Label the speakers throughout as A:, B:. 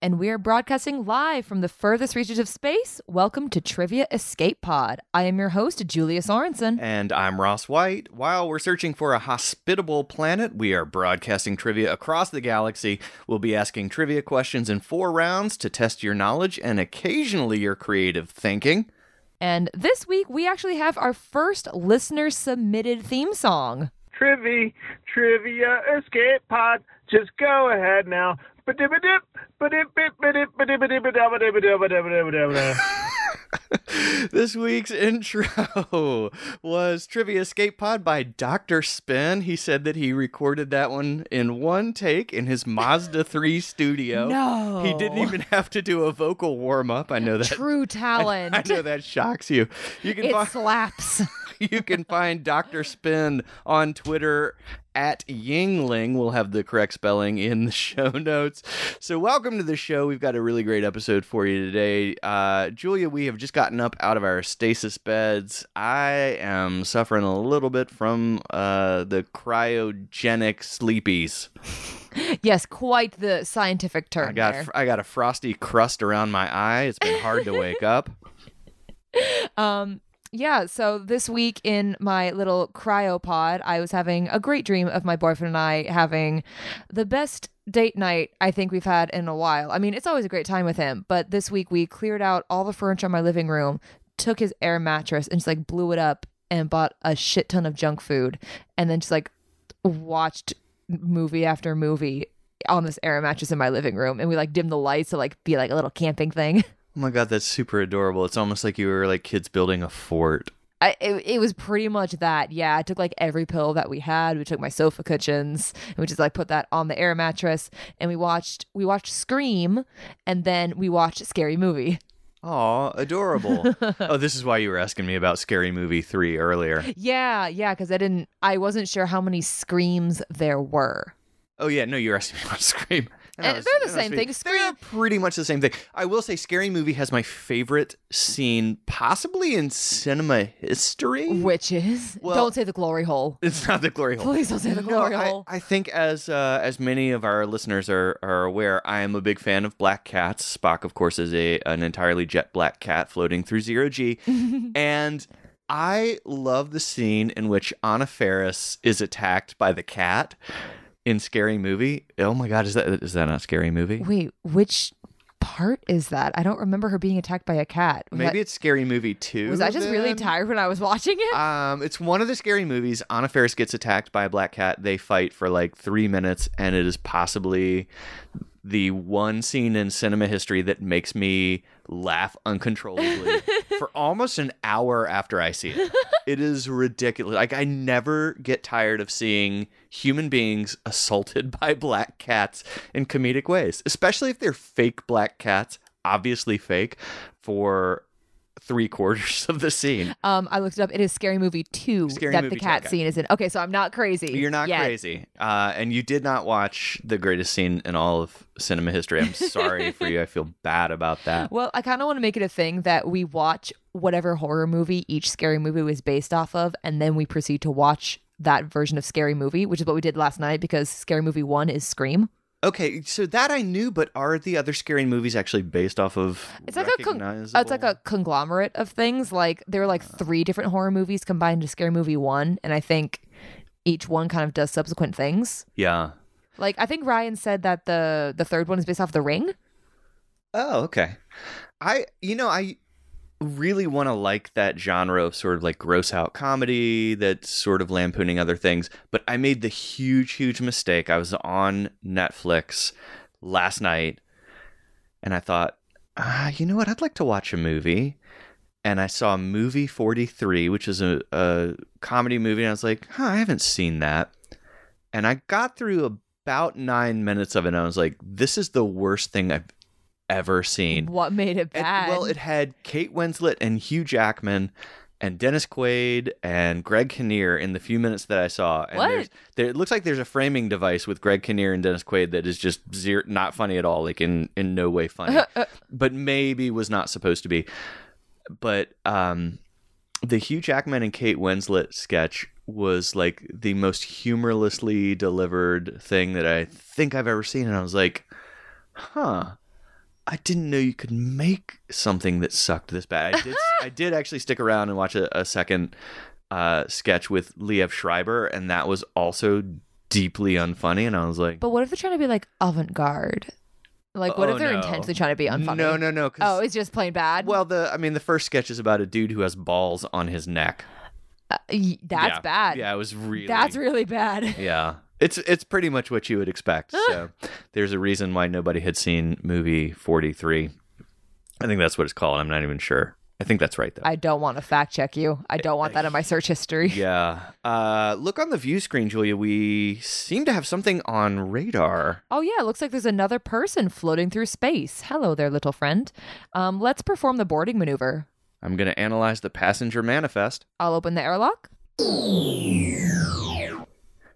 A: and we are broadcasting live from the furthest reaches of space. Welcome to Trivia Escape Pod. I am your host, Julia Sorensen.
B: And I'm Ross White. While we're searching for a hospitable planet, we are broadcasting trivia across the galaxy. We'll be asking trivia questions in four rounds to test your knowledge and occasionally your creative thinking.
A: And this week, we actually have our first listener submitted theme song.
C: Trivy, trivia escape pod. Just go ahead now. Ba-dip-a-dip, ba-dip-bip, ba-dip, ba-dip-a-dip, ba-dip-a-dip, ba-dip-a-dip, ba-dip-a-dip, ba-dip-a-dip.
B: This week's intro was Trivia Escape Pod by Dr. Spin. He said that he recorded that one in one take in his Mazda 3 studio.
A: No.
B: He didn't even have to do a vocal warm up. I know that.
A: True talent.
B: I know that shocks you. You can
A: It
B: find,
A: slaps.
B: you can find Dr. Spin on Twitter at Yingling. We'll have the correct spelling in the show notes. So, welcome to the show. We've got a really great episode for you today. Uh, Julia, we have just gotten up out of our stasis beds. I am suffering a little bit from uh, the cryogenic sleepies.
A: yes, quite the scientific term.
B: I got
A: there.
B: I got a frosty crust around my eye. It's been hard to wake up.
A: Um, yeah, so this week in my little cryopod, I was having a great dream of my boyfriend and I having the best date night I think we've had in a while. I mean, it's always a great time with him, but this week we cleared out all the furniture in my living room, took his air mattress and just like blew it up and bought a shit ton of junk food and then just like watched movie after movie on this air mattress in my living room and we like dimmed the lights to like be like a little camping thing.
B: Oh my god, that's super adorable. It's almost like you were like kids building a fort.
A: I, it, it was pretty much that. Yeah, I took like every pill that we had. We took my sofa cushions, and we just like put that on the air mattress, and we watched we watched Scream, and then we watched Scary Movie.
B: Aw, adorable. oh, this is why you were asking me about Scary Movie 3 earlier.
A: Yeah, yeah, because I didn't, I wasn't sure how many screams there were.
B: Oh, yeah, no, you were asking me about Scream. I
A: And they're the same
B: speaking-
A: thing. Scream-
B: They're pretty much the same thing. I will say Scary Movie has my favorite scene, possibly in cinema history.
A: Witches.
B: Well-
A: don't say the glory hole.
B: It's not the glory hole.
A: Please don't say the
B: No,
A: glory
B: I-
A: hole.
B: I, think as uh, as many of our listeners are, are aware, I am a big fan of black cats. Spock, of course, is a an entirely jet black cat floating through zero g, and I love the scene in which Anna Ferris is attacked by the cat in Scary Movie. Oh my God, is that is that not Scary Movie?
A: Wait, which part is that? I don't remember her being attacked by a cat. Was
B: Maybe
A: that-
B: it's Scary Movie Two.
A: was I just really
B: then?
A: tired when I was watching it?
B: Um, it's one of the scary movies. Anna Faris gets attacked by a black cat. They fight for like three minutes, and it is possibly the one scene in cinema history that makes me laugh uncontrollably for almost an hour after I see it. It is ridiculous. Like I never get tired of seeing human beings assaulted by black cats in comedic ways, especially if they're fake black cats, obviously fake, for three quarters of the scene.
A: Um, I looked it up. It is Scary Movie Two
B: Scary
A: that
B: Movie
A: the
B: 2,
A: cat
B: okay.
A: scene is in. Okay, so I'm not crazy.
B: You're not
A: yet.
B: crazy. Uh, and you did not watch the greatest scene in all of cinema history. I'm sorry for you. I feel bad about that.
A: Well, I kind of want to make it a thing that we watch whatever horror movie each Scary Movie was based off of, and then we proceed to watch that version of Scary Movie, which is what we did last night because Scary Movie One is Scream.
B: Okay, so that I knew, but are the other scary movies actually based off of
A: It's like a con- uh, it's like a conglomerate of things. Like there were like
B: Uh.
A: three different horror movies combined to Scary Movie One, and I think each one kind of does subsequent things.
B: Yeah.
A: Like I think Ryan said that the the third one is based off The Ring.
B: Oh, okay. I you know, I really want to like that genre of sort of like gross out comedy that's sort of lampooning other things, but I made the huge huge mistake. I was on Netflix last night and I thought, ah, you know what? I'd like to watch a movie. And I saw Movie 43, which is a, a comedy movie. And I was like, huh, I haven't seen that. And I got through about nine minutes of it. And I was like, this is the worst thing I've ever seen.
A: What made it
B: It-
A: bad?
B: well, it had Kate Winslet and Hugh Jackman and Dennis Quaid and Greg Kinnear in the few minutes that I saw. And
A: What?
B: there's- There, it looks like there's a framing device with Greg Kinnear and Dennis Quaid that is just zero, not funny at all, like in, in no way funny, but maybe was not supposed to be. But um, the Hugh Jackman and Kate Winslet sketch was like the most humorlessly delivered thing that I think I've ever seen. And I was like, huh, I didn't know you could make something that sucked this bad. I did, I did actually stick around and watch a, a second uh, sketch with Liev Schreiber, and that was also deeply unfunny. And I was like,
A: But what if they're trying to be like avant garde? Like, what
B: Oh,
A: if they're
B: no.
A: intentionally trying to be unfunny?
B: no, no, no. 'cause-
A: Oh, it's just plain bad.
B: well, the I mean, the first sketch is about a dude who has balls on his neck.
A: Uh, y- that's
B: Yeah.
A: bad.
B: Yeah, it was really.
A: That's really bad.
B: Yeah. It's it's pretty much what you would expect. So there's a reason why nobody had seen movie 43. I think that's what it's called. I'm not even sure. I think that's right though.
A: I don't want to fact check you. I don't want that in my search history.
B: yeah. Uh, look on the view screen, Julia. We seem to have something on radar.
A: Oh yeah, it looks like there's another person floating through space. Hello there, little friend. Um, let's perform the boarding maneuver.
B: I'm going to analyze the passenger manifest.
A: I'll open the airlock.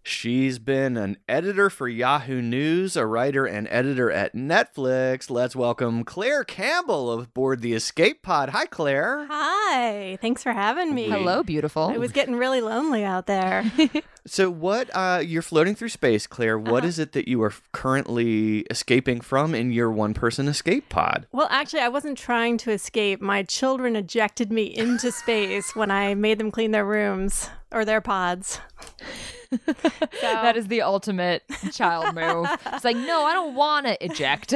B: She's been an editor for Yahoo News, a writer and editor at Netflix. Let's welcome Claire Campbell aboard the Escape Pod. Hi, Claire.
D: Hi, thanks for having me.
B: Wait.
A: Hello, beautiful.
D: I was getting really lonely out there.
B: So what uh you're floating through space, Claire. What is it that you are f- currently escaping from in your one person escape pod?
D: well, actually, I wasn't trying to escape. My children ejected me into space when I made them clean their rooms or their pods.
A: that is the ultimate child move. It's like, no, I don't want to eject.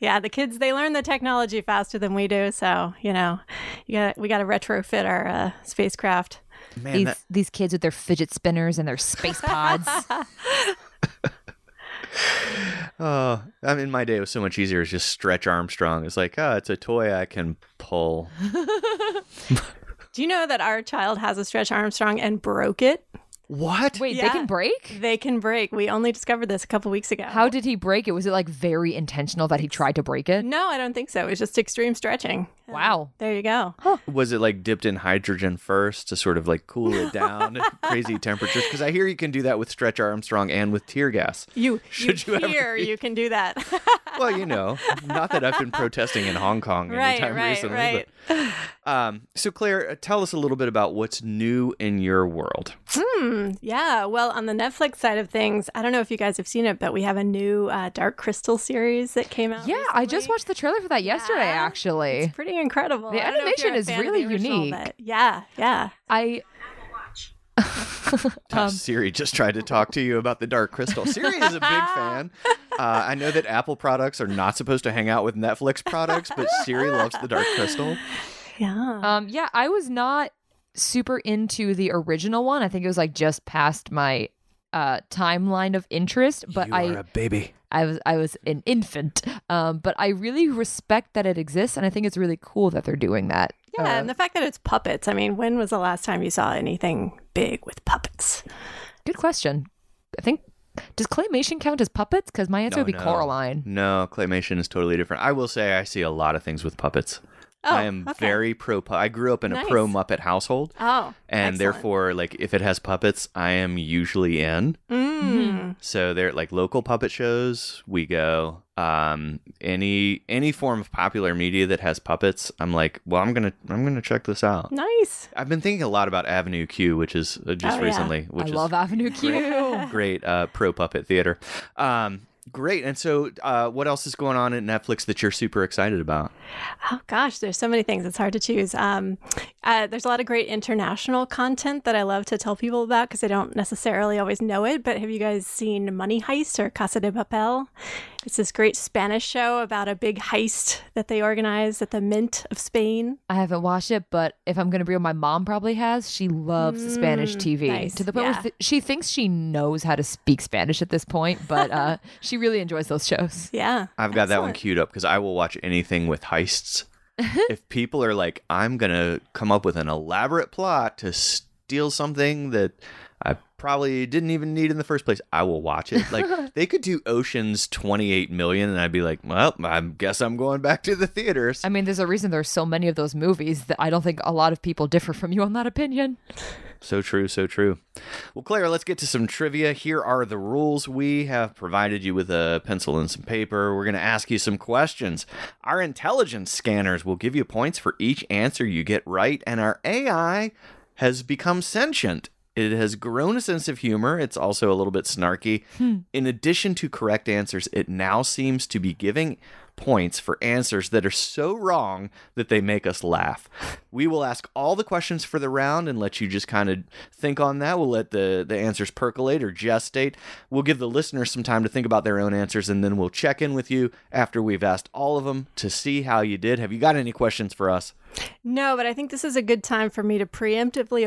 D: Yeah, the kids they learn the technology faster than we do, so you know, you got we got to retrofit our uh, spacecraft.
B: Man,
A: these
B: that,
A: these kids with their fidget spinners and their space pods.
B: oh, I mean, my day was so much easier. It's just Stretch Armstrong. It's like, oh, it's a toy I can pull.
D: Do you know that our child has a Stretch Armstrong and broke it?
B: What?
A: Wait, they
D: Yeah.
A: can break?
D: They can break. We only discovered this a couple weeks ago.
A: How did he break it? Was it like very intentional that he tried to break it?
D: No, I don't think so. It was just extreme stretching.
A: Wow.
D: There you go.
B: Was it like dipped in hydrogen first to sort of like cool it down at crazy temperatures? Because I hear you can do that with Stretch Armstrong and with tear gas.
D: You
B: Should
D: you,
B: you ever
D: hear you can do that.
B: Well, you know, not that I've been protesting in Hong Kong
D: right,
B: anytime
D: right,
B: recently. but-
D: right.
B: Um, so, Claire, uh, tell us a little bit about what's new in your world.
D: Hmm. Yeah. Well, on the Netflix side of things, I don't know if you guys have seen it, but we have a new uh, Dark Crystal series that came out.
A: Yeah, I just
D: recently.
A: watched the trailer for that yesterday,
D: Yeah.
A: actually.
D: It's pretty incredible.
A: The
D: I don't know if you're
A: animation
D: a
A: is
D: fan of the
A: really
D: original,
A: unique.
D: but yeah, yeah.
A: I
B: Uh,
D: Um,
B: Siri just tried to talk to you about the Dark Crystal. Siri is a big fan. Uh, I know that Apple products are not supposed to hang out with Netflix products, but Siri loves the Dark Crystal.
D: Yeah.
A: um yeah, I was not super into the original one. I think it was like just past my uh timeline of interest, but
B: you
A: I
B: are a baby.
A: I was I was an infant. Um but I really respect that it exists and I think it's really cool that they're doing that.
D: yeah,
A: Uh,
D: and the fact that it's puppets. I mean, when was the last time you saw anything big with puppets?
A: Good question. I think does claymation count as puppets? Because my answer
B: No,
A: would be
B: no.
A: Coraline.
B: No, claymation is totally different. I will say I see a lot of things with puppets.
D: Oh,
B: I am
D: okay.
B: very pro. pu- I grew up in a
D: Nice.
B: pro Muppet household,
D: Oh,
B: and
D: excellent.
B: therefore, like if it has puppets, I am usually in.
A: Mm-hmm.
D: Mm.
B: So they're like local puppet shows. We go um, any any form of popular media that has puppets. I'm like, well, I'm gonna I'm gonna check this
D: Mm.
B: out.
D: nice.
B: I've been thinking a lot about Avenue Q, which is uh, just
D: Oh, yeah.
B: recently, which
A: I
B: is
A: love Avenue Q.
B: great uh, pro puppet theater. Um, great. And so, uh, what else is going on at Netflix that you're super excited about?
D: Oh gosh, there's so many things. It's hard to choose. Um, uh, there's a lot of great international content that I love to tell people about because they don't necessarily always know it. But have you guys seen Money Heist or Casa de Papel? It's this great Spanish show about a big heist that they organized at the Mint of Spain.
A: I haven't watched it, but if I'm gonna be real, my mom probably has. She loves Spanish TV
D: nice.
A: to the point where
D: Yeah.
A: th- she thinks she knows how to speak Spanish at this point, but uh, she really enjoys those shows.
D: Yeah,
B: I've got that one queued up because I will watch anything with heists. if people are like, I'm going to come up with an elaborate plot to steal something that I probably didn't even need in the first place, I will watch it. Like, they could do Ocean's 28 million, and I'd be like, well, I guess I'm going back to the theaters.
A: I mean, there's a reason there's so many of those movies that I don't think a lot of people differ from you on that opinion.
B: So true, so true. Well, Claire, let's get to some trivia. Here are the rules. We have provided you with a pencil and some paper. We're going to ask you some questions. Our intelligence scanners will give you points for each answer you get right, and our AI has become sentient. It has grown a sense of humor. It's also a little bit snarky. In addition to correct answers, it now seems to be giving points for answers that are so wrong that they make us laugh. We will ask all the questions for the round and let you just kind of think on that. We'll let the, the answers percolate or gestate. We'll give the listeners some time to think about their own answers and then we'll check in with you after we've asked all of them to see how you did. Have you got any questions for us?
D: No, but I think this is a good time for me to preemptively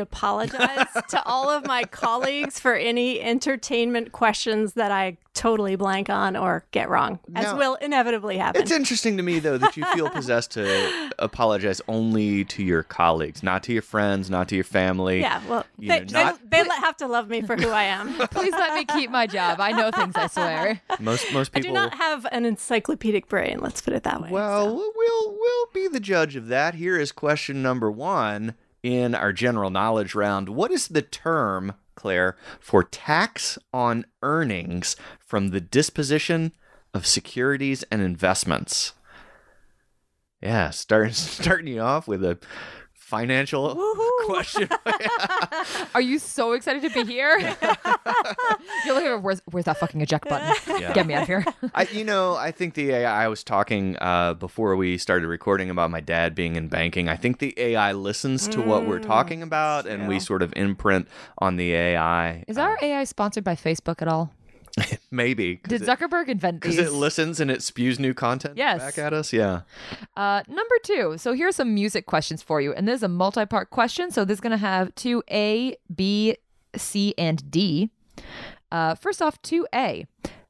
D: apologize to all of my colleagues for any entertainment questions that I totally blank on or get wrong, as
B: No.
D: will inevitably happen.
B: It's interesting to me though that you feel possessed to apologize only to your colleagues, not to your friends, not to your family.
D: yeah, well,
B: you
D: they,
B: know,
D: they-
B: not-
D: they, le- have to love me for who I am.
A: Please let me keep my job. I know things, I swear.
B: Most most
D: I
B: people
D: do not have an encyclopedic brain, let's put it that way.
B: Well,
D: so.
B: we'll we'll be the judge of that. Here is question number 1 in our general knowledge round. What is the term, Claire, for tax on earnings from the disposition of securities and investments? Yeah, start starting you off with a financial
D: Woohoo.
B: question.
A: Are you so excited to be here? You're looking at where's, where's that fucking eject button?
B: Yeah.
A: Get me out of here.
B: I, you know, I think the AI. I was talking uh, before we started recording about my dad being in banking. I think the AI listens to what
A: Mm,
B: we're talking about, and we sort of imprint on the AI.
A: Is
B: uh,
A: our AI sponsored by Facebook at all?
B: maybe
A: Did Zuckerberg invent
B: because
A: these?
B: it, listens and it spews new content
A: Yes.
B: back at us? Yeah.
A: Uh, number two. So here's some music questions for you, and this is a multi-part question. So this is gonna have two A, B, C, and D. Uh, first off, two A.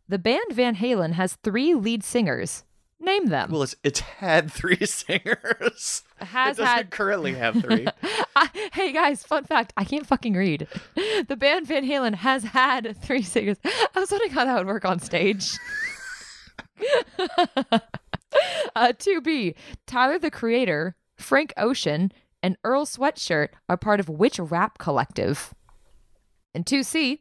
A: The band Van Halen has three lead singers. Name them.
B: Well, it's it's had three singers.
A: Has
B: it doesn't
A: had-
B: currently have three.
A: I- hey guys, fun fact: I can't fucking read. The band Van Halen has had three singers. I was wondering how that would work on stage. uh, 2B, Tyler the Creator, Frank Ocean, and Earl Sweatshirt are part of which rap collective? And 2C,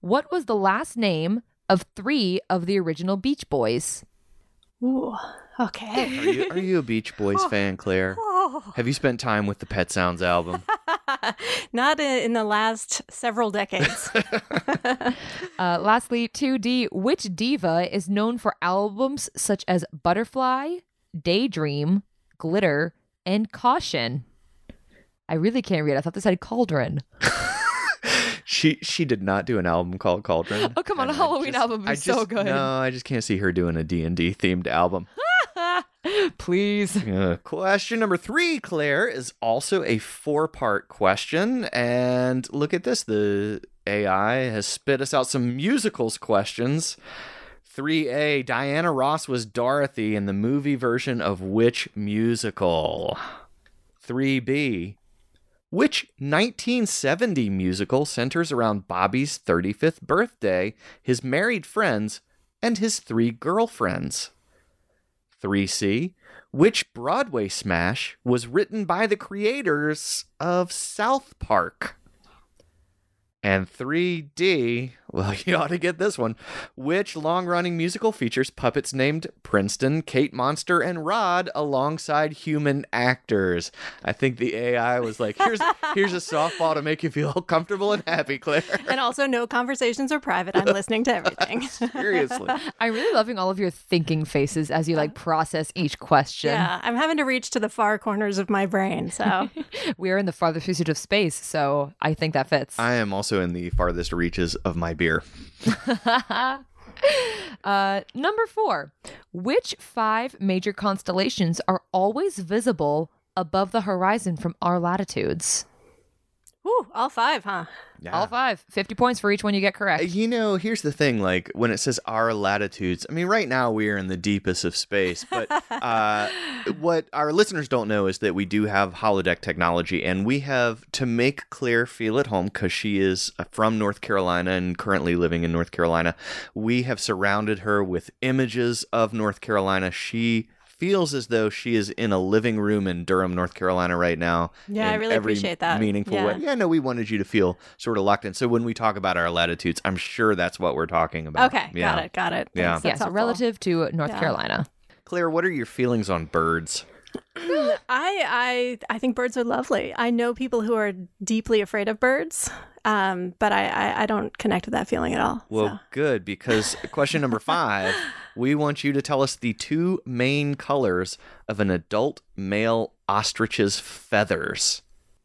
A: what was the last name of three of the original Beach Boys?
D: Ooh, okay.
B: Are you, are you a Beach Boys
A: Oh.
B: fan, Claire? Have you spent time with the Pet Sounds album?
D: Not in, in the last several decades.
A: Uh, lastly, 2D, which diva is known for albums such as Butterfly, Daydream, Glitter, and Caution? I really can't read. I thought this had Cauldron.
B: She she did not do an album called Cauldron.
A: Oh, come on,
B: And
A: a
B: I
A: Halloween
B: just-
A: album would be
B: I
A: so
B: just-
A: good.
B: No, I just can't see her doing a D&D themed album.
A: Please.
B: Uh, question number 3, Claire, is also a four-part question and look at this. The AI has spit us out some musicals questions. 3A Diana Ross was Dorothy in the movie version of which musical? 3B which 1970 musical centers around Bobby's 35th birthday, his married friends, and his three girlfriends? 3C. Which Broadway smash was written by the creators of South Park? And 3D. Well, you ought to get this one. Which long running musical features puppets named Princeton, Kate Monster, and Rod alongside human actors? I think the AI was like, here's, here's a softball to make you feel comfortable and happy, Claire.
D: and also, no conversations are private. I'm listening to everything.
B: Seriously.
A: I'm really loving all of your thinking faces as you like process each question.
D: Yeah, I'm having to reach to the far corners of my brain. So,
A: We are in the farthest pursuit of space, so I think that fits.
B: I am also in the farthest reaches of my beer.
A: Uh, number four, which five major constellations are always visible above the horizon from our latitudes?
D: Ooh, all five, huh?
A: All five. 50 points for each one you get correct.
B: Uh, You know, here's the thing. Like when it says our latitudes, I mean, right now we are in the deepest of space. But uh, what our listeners don't know is that we do have holodeck technology, and we have to make Claire feel at home because she is uh, from North Carolina and currently living in North Carolina. We have surrounded her with images of North Carolina. She feels as though she is in a living room in Durham, North Carolina right now.
D: Yeah, I
B: in
D: really
B: every
D: appreciate that.
B: Meaningful
D: Yeah.
B: way. Yeah, no, we wanted you to feel sort of locked in. So when we talk about our latitudes, I'm sure that's what we're talking about.
D: Okay,
B: yeah.
D: got it, got it.
B: Yeah.
D: Thanks,
A: yes,
D: that's helpful.
A: relative to North
D: Yeah.
A: Carolina.
B: Claire, what are your feelings on birds?
D: I, I, I think birds are lovely. I know people who are deeply afraid of birds, um, but I, I, I don't connect with that feeling at all.
B: Well, good because question number five we want you to tell us the two main colors of an adult male ostrich's feathers.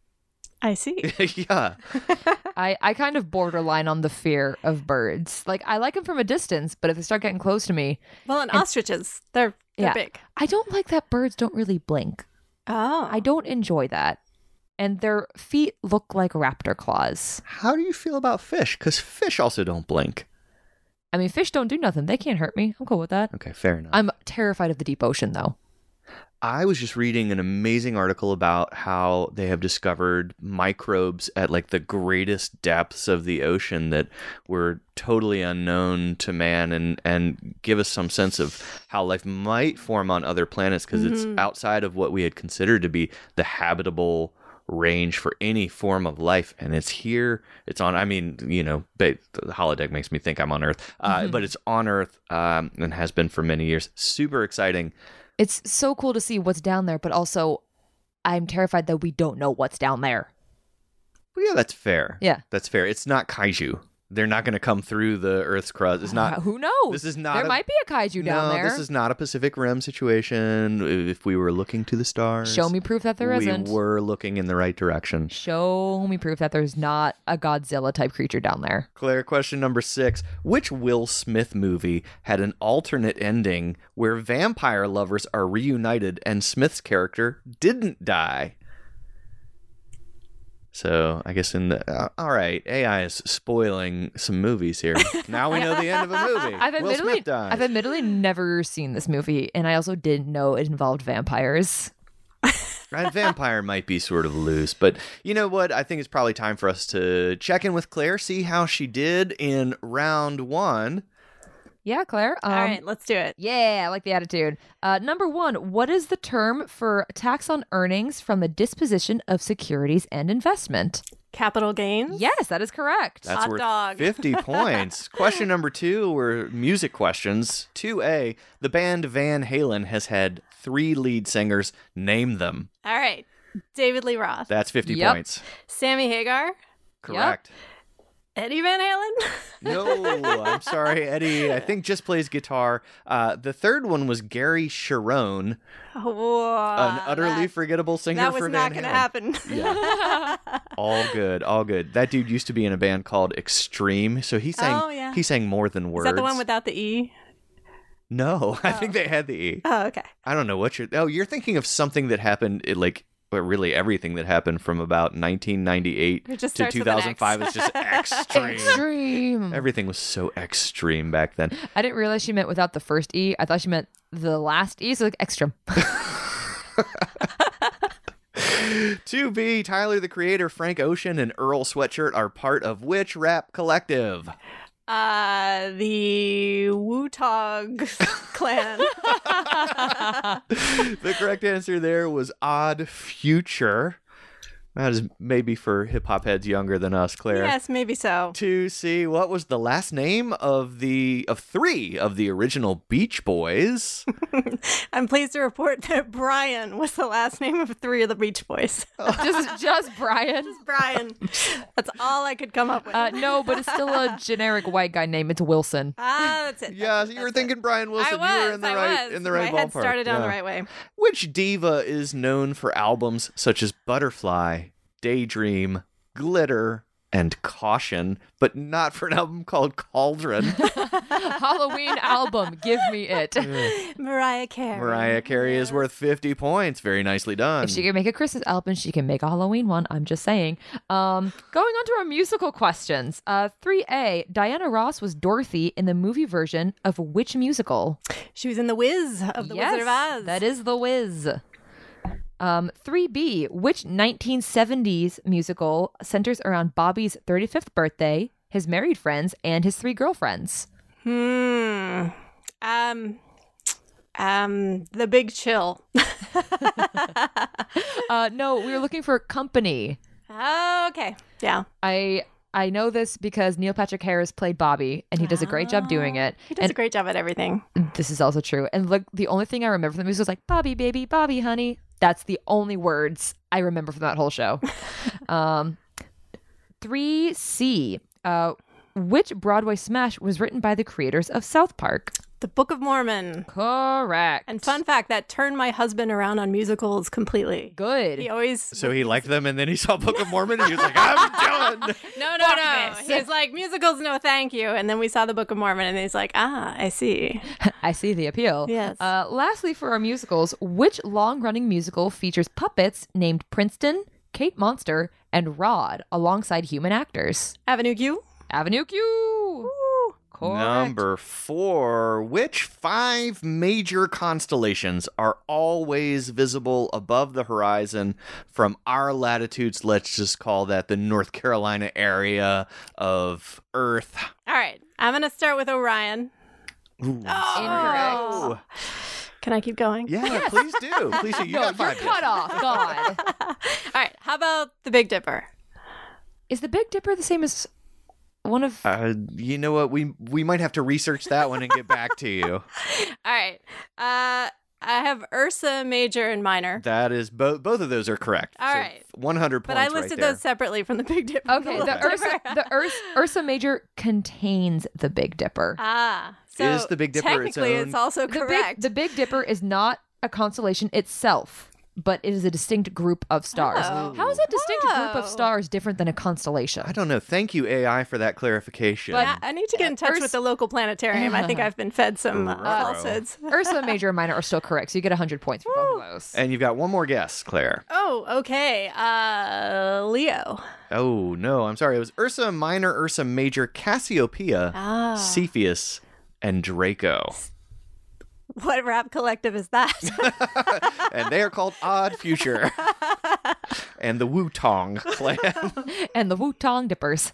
D: I see.
B: yeah.
A: I, I kind of borderline on the fear of birds. Like I like them from a distance, but if they start getting close to me,
D: Well, and, ostriches, they're, they're
A: Yeah.
D: big.
A: I don't like that birds don't really blink.
D: Oh,
A: I don't enjoy that. And their feet look like raptor claws.
B: How do you feel about fish? Because fish also don't blink.
A: I mean, fish don't do nothing. They can't hurt me. I'm cool with that.
B: Okay, fair enough.
A: I'm terrified of the deep ocean though.
B: I was just reading an amazing article about how they have discovered microbes at like the greatest depths of the ocean that were totally unknown to man and and give us some sense of how life might form on other planets because it's outside of what we had considered to be the habitable range for any form of life and it's here it's on i mean you know but the holodeck makes me think i'm on earth uh, but it's on earth um, and has been for many years super exciting
A: It's so cool to see what's down there, but also I'm terrified that we don't know what's down there.
B: Well, yeah, that's fair.
A: Yeah.
B: that's fair. It's not kaiju. They're not going to come through the Earth's crust. It's not.
A: Who knows?
B: This is not
A: There
B: a-
A: might be a kaiju down
B: no,
A: there.
B: this is not a Pacific Rim situation. If we were looking to the stars,
A: Show me proof that there
B: we
A: isn't.
B: were looking in the right direction.
A: Show me proof that there's not a Godzilla type creature down there.
B: Claire, question number six: Which Will Smith movie had an alternate ending where vampire lovers are reunited and Smith's character didn't die? So I guess in the uh, all right, AI is spoiling some movies here. Now we know the end of a movie.
A: I've
B: Will
A: admittedly,
B: Smith dies.
A: I've admittedly never seen this movie, and I also didn't know it involved vampires.
B: Right, vampire might be sort of loose, but you know what? I think it's probably time for us to check in with Claire, see how she did in round one.
A: Yeah, Claire. Um,
D: All right, let's do it.
A: Yeah, I like the attitude. Uh, number one, what is the term for tax on earnings from the disposition of securities and investment?
D: Capital gains.
A: Yes, that is correct.
B: That's
D: Hot
B: worth
D: dog.
B: 50 points. Question number two were music questions. 2A. The band Van Halen has had three lead singers. Name them.
D: All right. David Lee Roth,
B: That's 50
A: Yep.
B: points.
D: Sammy Hagar,
B: Correct.
D: Eddie Van Halen.
B: No, I'm sorry, Eddie. I think just plays guitar. Uh, the third one was Gary Sharon,
D: Whoa,
B: an utterly
D: Ah, that,
B: forgettable singer
D: that was
B: for
D: not
B: Van
D: going to
B: Halen.
D: happen.
B: All good, all good. That dude used to be in a band called Extreme, so he sang.
D: Oh, yeah.
B: He sang more than
D: Is
B: words.
D: that the one without the E?
B: No, I think they had the E.
D: Oh, okay.
B: I don't know what you're. Oh, you're thinking of something that happened. It like, well, really, everything that happened from about 1998
D: It just
B: to
D: starts with an X.
B: 2005 is just extreme.
A: Extreme.
B: everything was so extreme back then.
A: I didn't realize she meant without the first E. I thought she meant the last E, so like extra.
B: To be Tyler the Creator, Frank Ocean, and Earl Sweatshirt are part of which rap collective?
D: Uh, the Wutog clan.
B: the correct answer there was Odd Future. That is maybe for hip hop heads younger than us, Claire.
D: yes, maybe so.
B: To see what was the last name of the of three of the original Beach Boys.
D: I'm pleased to report that Brian was the last name of three of the Beach Boys.
A: just, just Brian.
D: Brian. That's all I could come up with.
A: Uh, no, but it's still a generic white guy name. It's Wilson.
D: ah, that's it.
B: yeah,
D: That's it,
B: you were
D: that's it.
B: thinking Brian Wilson.
D: I was.
B: you were in the
D: I
B: right
D: was.
B: in the right
D: My head
B: ballpark.
D: started down
B: Yeah.
D: the right way.
B: Which diva is known for albums such as Butterfly, Daydream, Glitter, and Caution, but not for an album called Cauldron?
A: Halloween album. Give me it.
D: Mariah Carey.
B: Mariah Carey is worth 50 points. Very nicely done.
A: If she can make a Christmas album, she can make a Halloween one. I'm just saying. Um, going on to our musical questions. Uh, 3A Diana Ross was Dorothy in the movie version of which musical?
D: She was in The Wiz of The Wizard of Oz.
A: That is The Wiz. Um, 3B Which 1970s musical centers around Bobby's 35th birthday, his married friends, and his three girlfriends?
D: Hmm. Um. Um. The Big Chill.
A: Uh, no, we were looking for company.
D: okay. Yeah.
A: I. I know this because Neil Patrick Harris played Bobby, and he does a great job doing it.
D: Ah, He does
A: And
D: a great job at everything.
A: This is also true. And like the only thing I remember from the movie was like Bobby, baby, Bobby, honey. That's the only words I remember from that whole show. um, three C. Uh, which Broadway smash was written by the creators of South Park?
D: The Book of Mormon.
A: Correct.
D: And fun fact that turned my husband around on musicals completely.
A: Good.
D: He always
B: So he liked them, and then he saw Book of Mormon, and he was like, "I'm done."
D: no no no. He's like musicals, no thank you. And then we saw the Book of Mormon, and he's like, ah, I see.
A: I see the appeal.
D: Yes.
A: Uh, lastly, for our musicals, which long running musical features puppets named Princeton, Kate Monster, and Rod alongside human actors?
D: Avenue Q.
A: Avenue Q.
D: Woo.
A: Correct.
B: Number four. Which five major constellations are always visible above the horizon from our latitudes? Let's just call that the North Carolina area of Earth.
D: All right, I'm gonna start with Orion.
B: Ooh.
A: Incorrect.
D: Oh. Can I keep going?
B: Yeah, please do. Please do. You
A: No,
B: got
A: Oh, you're
B: five.
A: cut off. God.
D: All right. How about the Big Dipper?
A: Is the Big Dipper the same as one of.
B: Uh, you know what? We we might have to research that one and get back to you.
D: All right. Uh, I have Ursa Major and Minor,
B: That is both both of those are correct.
D: All right.
B: one hundred
D: but
B: points.
D: I
B: right
D: listed
B: there.
D: those separately from the Big Dipper. and
A: Okay,
D: Little
A: the Ursa,
D: Dipper.
A: the Ursa, Ursa Major contains the Big Dipper.
D: ah, so
B: Is the Big Dipper its
D: technically
B: own-
D: it's also
A: the
D: correct.
A: Big, the Big Dipper is not a constellation itself, but it is a distinct group of stars.
D: Oh.
A: How is a distinct group
D: Whoa.
A: of stars different than a constellation?
B: I don't know. Thank you AI for that clarification.
D: Yeah, I need to get in touch with
A: Ursa-
D: the local planetarium. I think I've been fed some uh,
B: Ruh-roh.
D: falsehoods.
A: Ursa Major and Minor are still correct, so you get 100 points for both of those.
B: and you've got one more guess, Claire.
D: Oh, okay. Uh, Leo.
B: Oh no, I'm sorry. It was Ursa Minor, Ursa Major, Cassiopeia,
A: Ah.
B: Cepheus, and Draco,
D: What rap collective is that?
B: and they are called Odd Future, and the Wutong clan.
A: And the Wutong Dippers.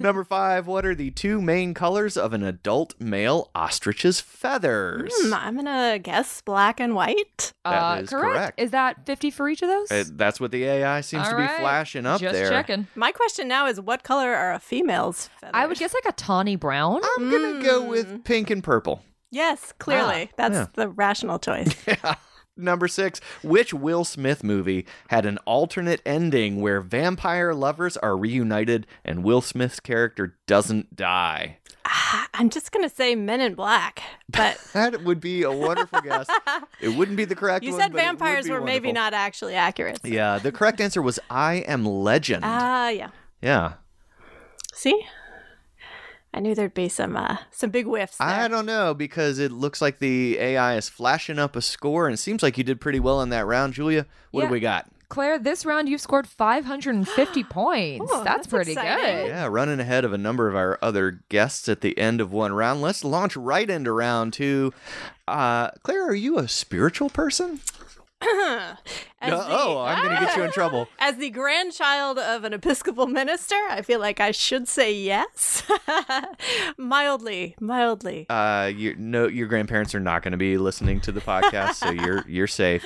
B: Number five. What are the two main colors of an adult male ostrich's feathers?
D: Hmm, I'm gonna guess black and white.
B: That is correct.
A: Uh, Is that 50 for each of those?
B: Uh, that's what the AI seems
A: All
B: to be
A: right.
B: flashing up
A: Just
B: there.
A: checking.
D: My question now is, what color are a female's feathers?
A: I would guess like a tawny brown.
B: I'm gonna go
A: Hmm.
B: with pink and purple.
D: Yes,
B: Ah,
D: clearly that's the rational choice.
B: Number six, which Will Smith movie had an alternate ending where vampire lovers are reunited and Will Smith's character doesn't die?
D: Ah, I'm just gonna say Men in Black, but
B: That would be a wonderful guess. It wouldn't be the correct
D: you
B: one.
D: said
B: but it would
D: vampires
B: be
D: were maybe
B: wonderful.
D: not actually accurate. so-
B: Yeah, the correct answer was I Am Legend.
D: Ah, yeah.
B: yeah.
D: See, I knew there'd be some uh, some big whiffs. There.
B: I don't know because it looks like the AI is flashing up a score and it seems like you did pretty well in that round, Julia. What
A: Yeah.
B: do we got?
A: Claire, this round you've scored 550 points.
D: Oh,
A: that's,
D: that's
A: pretty
D: exciting.
A: good.
B: Yeah, running ahead of a number of our other guests at the end of one round. Let's launch right into round two. Uh, Claire, are you a spiritual person?
D: As
B: No-
D: the-
B: oh, I'm going to get you in trouble.
D: As the grandchild of an Episcopal minister, I feel like I should say yes. mildly, mildly.
B: Uh, your no, your grandparents are not going to be listening to the podcast, so you're you're safe.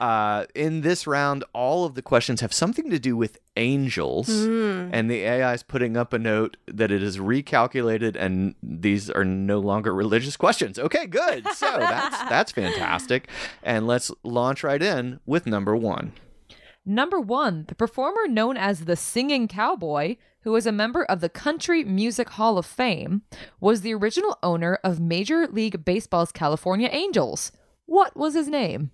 B: Uh, in this round, all of the questions have something to do with angels, and the AI is putting up a note that it is recalculated, and these are no longer religious questions. Okay, good. So that's that's fantastic, and let's launch right in with number one.
A: Number one, the performer known as the Singing Cowboy, who is a member of the Country Music Hall of Fame, was the original owner of Major League Baseball's California Angels. What was his name?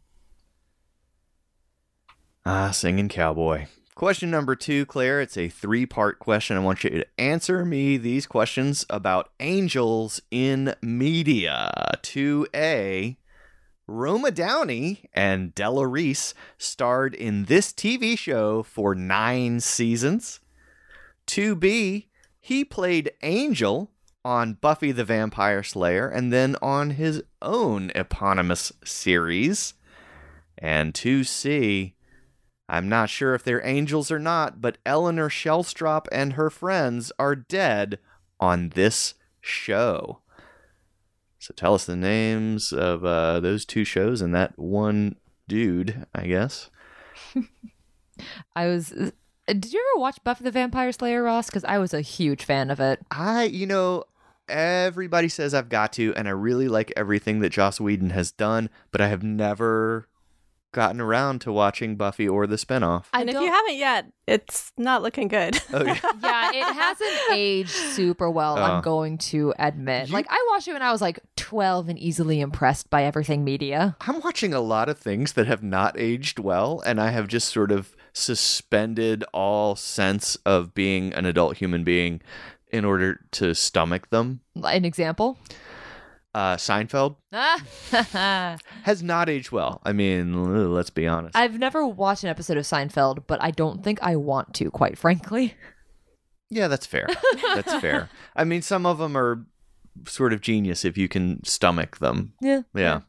B: Ah, singing cowboy. Question number two, Claire. It's a three part question. I want you to answer me these questions about angels in media. 2A. Roma Downey and Della Reese starred in this TV show for nine seasons. 2B. He played Angel on Buffy the Vampire Slayer and then on his own eponymous series. And 2C. I'm not sure if they're angels or not, but Eleanor Shellstrop and her friends are dead on this show. So tell us the names of uh, those two shows and that one dude, I guess.
A: I was. uh, Did you ever watch Buffy the Vampire Slayer, Ross? Because I was a huge fan of it.
B: I, you know, everybody says I've got to, and I really like everything that Joss Whedon has done, but I have never gotten around to watching Buffy or the spinoff.
A: I
D: And if
A: don't-
D: you haven't yet, it's not looking good.
B: Oh, yeah.
A: yeah, it hasn't aged super well.
B: Uh.
A: I'm going to admit.
B: You-
A: Like I watched it when I was like 12 and easily impressed by everything media.
B: I'm watching a lot of things that have not aged well, and I have just sort of suspended all sense of being an adult human being in order to stomach them.
A: An example?
B: Uh, Seinfeld
A: Ah.
B: has not aged well. I mean, l- let's be honest.
A: I've never watched an episode of Seinfeld, but I don't think I want to, quite frankly.
B: yeah, that's fair. that's fair. I mean, some of them are sort of genius if you can stomach them.
A: Yeah.
B: Yeah.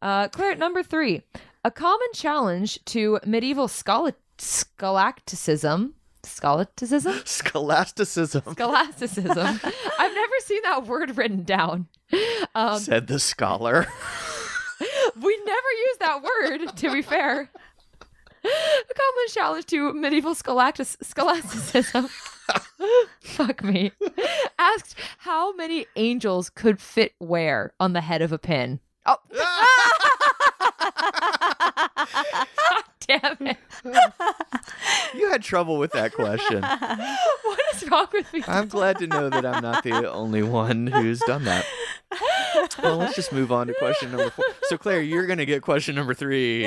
A: Uh, Claire, number three. A common challenge to medieval schol- scholasticism. Scholasticism?
B: Scholasticism,
A: Scholasticism. I've never seen that word written down. Um,
B: said the scholar.
A: we never use that word, to be fair. A common challenge to medieval scholastic- scholasticism. Fuck me. Asked how many angels could fit where on the head of a pin. Oh. Damn it.
B: you had trouble with that question.
A: What is wrong with me?
B: I'm glad to know that I'm not the only one who's done that. Well, let's just move on to question number four. So, Claire, you're going to get question number three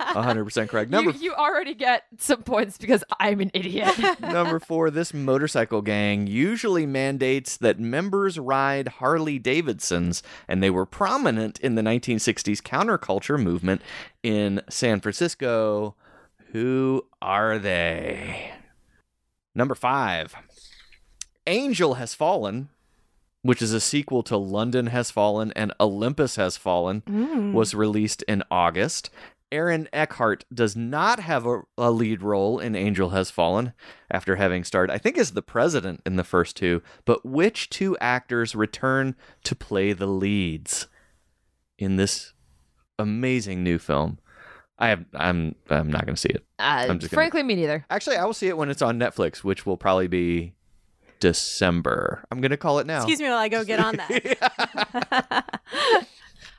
B: 100% correct. Number,
A: You, you already get some points because I'm an idiot.
B: number four this motorcycle gang usually mandates that members ride Harley Davidsons, and they were prominent in the 1960s counterculture movement in San Francisco. Who are they? Number five Angel Has Fallen, which is a sequel to London Has Fallen and Olympus Has Fallen,
D: Hmm.
B: was released in August. Aaron Eckhart does not have a, a lead role in Angel Has Fallen after having starred, I think, as the president in the first two. But which two actors return to play the leads in this amazing new film? I have, I'm I'm not going to see it.
A: Uh,
B: I'm just gonna-
A: frankly, me neither.
B: Actually, I will see it when it's on Netflix, which will probably be December. I'm going to call it now.
D: Excuse me while I go get on that.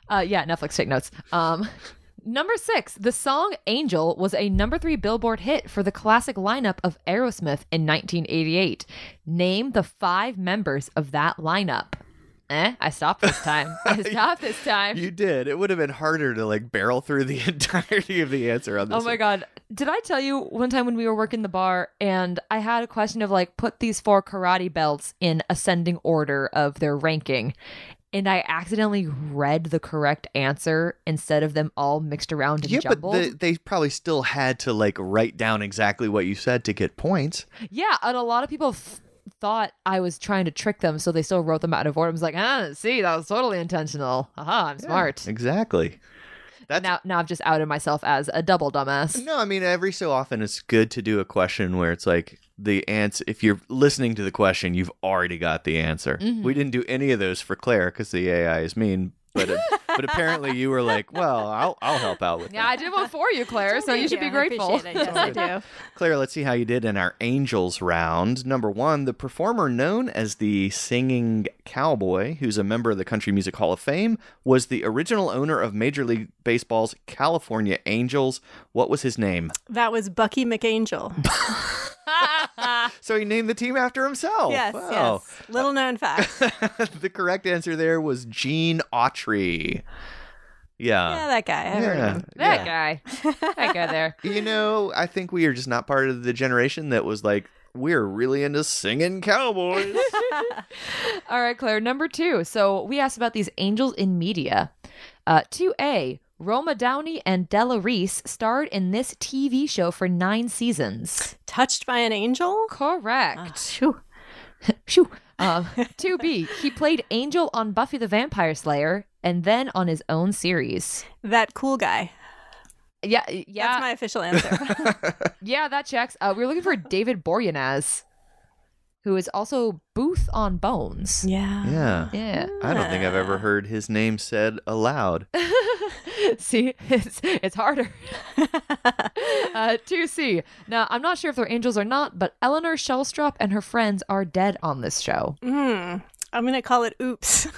A: Uh, yeah, Netflix, take notes. Um, number six, the song Angel was a number three Billboard hit for the classic lineup of Aerosmith in 1988. Name the five members of that lineup. Eh, I stopped this time. I stopped this time.
B: You did. It would have been harder to like barrel through the entirety of the answer on this.
A: Oh my
B: one.
A: god. Did I tell you one time when we were working the bar and I had a question of like put these four karate belts in ascending order of their ranking and I accidentally read the correct answer instead of them all mixed around and
B: Yeah,
A: jumbled.
B: but the, they probably still had to like write down exactly what you said to get points.
A: Yeah, and a lot of people f- thought I was trying to trick them, so they still wrote them out of order. I was like, ah, see, that was totally intentional. Aha, I'm smart.
B: Exactly. That's
A: Now, now I've just outed myself as a double dumbass.
B: no. I mean, every so often it's good to do a question where it's like the answer. If you're listening to the question, you've already got the answer. We didn't do any of those for Claire because the AI is mean. But uh, but apparently you were like, well, I'll I'll help out with
A: Yeah,
B: that.
A: I did one for you, Claire, so
D: Thank
A: you should be
D: I
A: grateful.
D: appreciate it. Yes, I do.
B: Claire, let's see how you did in our Angels round. Number one, the performer known as the Singing Cowboy, who's a member of the Country Music Hall of Fame, was the original owner of Major League Baseball's California Angels. What was his name?
D: That was Bucky McAngel.
B: So he named the team after himself.
D: yes,
B: Oh, Wow.
D: yes. Little known fact.
B: the correct answer there was Gene Autry.
D: yeah,
B: Yeah.
D: that guy. I heard of him.
A: That guy. That guy there.
B: You know, I think we are just not part of the generation that was like, we're really into singing cowboys.
A: All right, Claire, number two. So we asked about these angels in media. Uh, 2A, Roma Downey and Della Reese starred in this TV show for nine seasons.
D: Touched by an angel?
A: Correct.
D: Phew.
A: Shoo. Um, 2B, he played Angel on Buffy the Vampire Slayer and then on his own series.
D: That cool guy.
A: Yeah, yeah,
D: That's my official answer.
A: yeah, that checks. Uh, we were looking for David Boreanaz, who is also Booth on Bones.
D: yeah.
B: yeah.
A: Yeah.
B: I don't think I've ever heard his name said aloud.
A: See, it's, it's harder. uh, 2C. Now, I'm not sure if they're angels or not, but Eleanor Shellstrop and her friends are dead on this show.
D: Mm. I'm going to call it oops.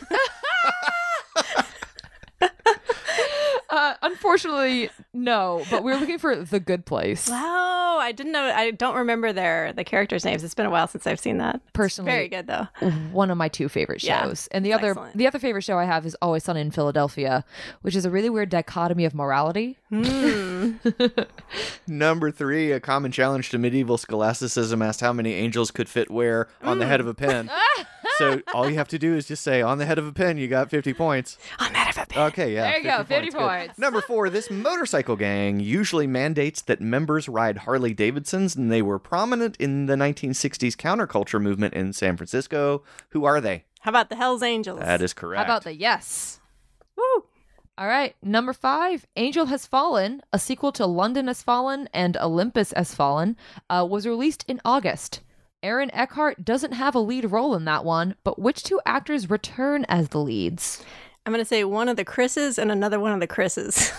A: Uh, unfortunately, no. But we were looking for the good place.
D: Wow, I didn't know. I don't remember their the characters' names. It's been a while since I've seen that.
A: Personally,
D: Very good though.
A: one of my two favorite
D: Yeah,
A: shows. and the
D: it's
A: other
D: excellent.
A: the other favorite show I have is Always Sunny in Philadelphia, which is a really weird dichotomy of morality.
D: Hmm.
B: Number three, a common challenge to medieval scholasticism asked how many angels could fit where on the head of a pin.
A: Mm.
B: so all you have to do is just say, on the head of a pin, you got 50 points.
D: I'm out of a bit.
B: Okay, yeah.
A: There you go, 50
B: Good.
A: points.
B: Number four, this motorcycle gang usually mandates that members ride Harley Davidsons, and they were prominent in the 1960s counterculture movement in San Francisco. Who are they?
D: How about the Hell's Angels?
B: That is correct.
A: How about the yes?
D: Woo.
A: All right, number five, Angel Has Fallen, a sequel to London Has Fallen and Olympus Has Fallen, uh, was released in August. Aaron Eckhart doesn't have a lead role in that one, but which two actors return as the leads?
D: I'm gonna say one of the Chris's and another one of the Chris's.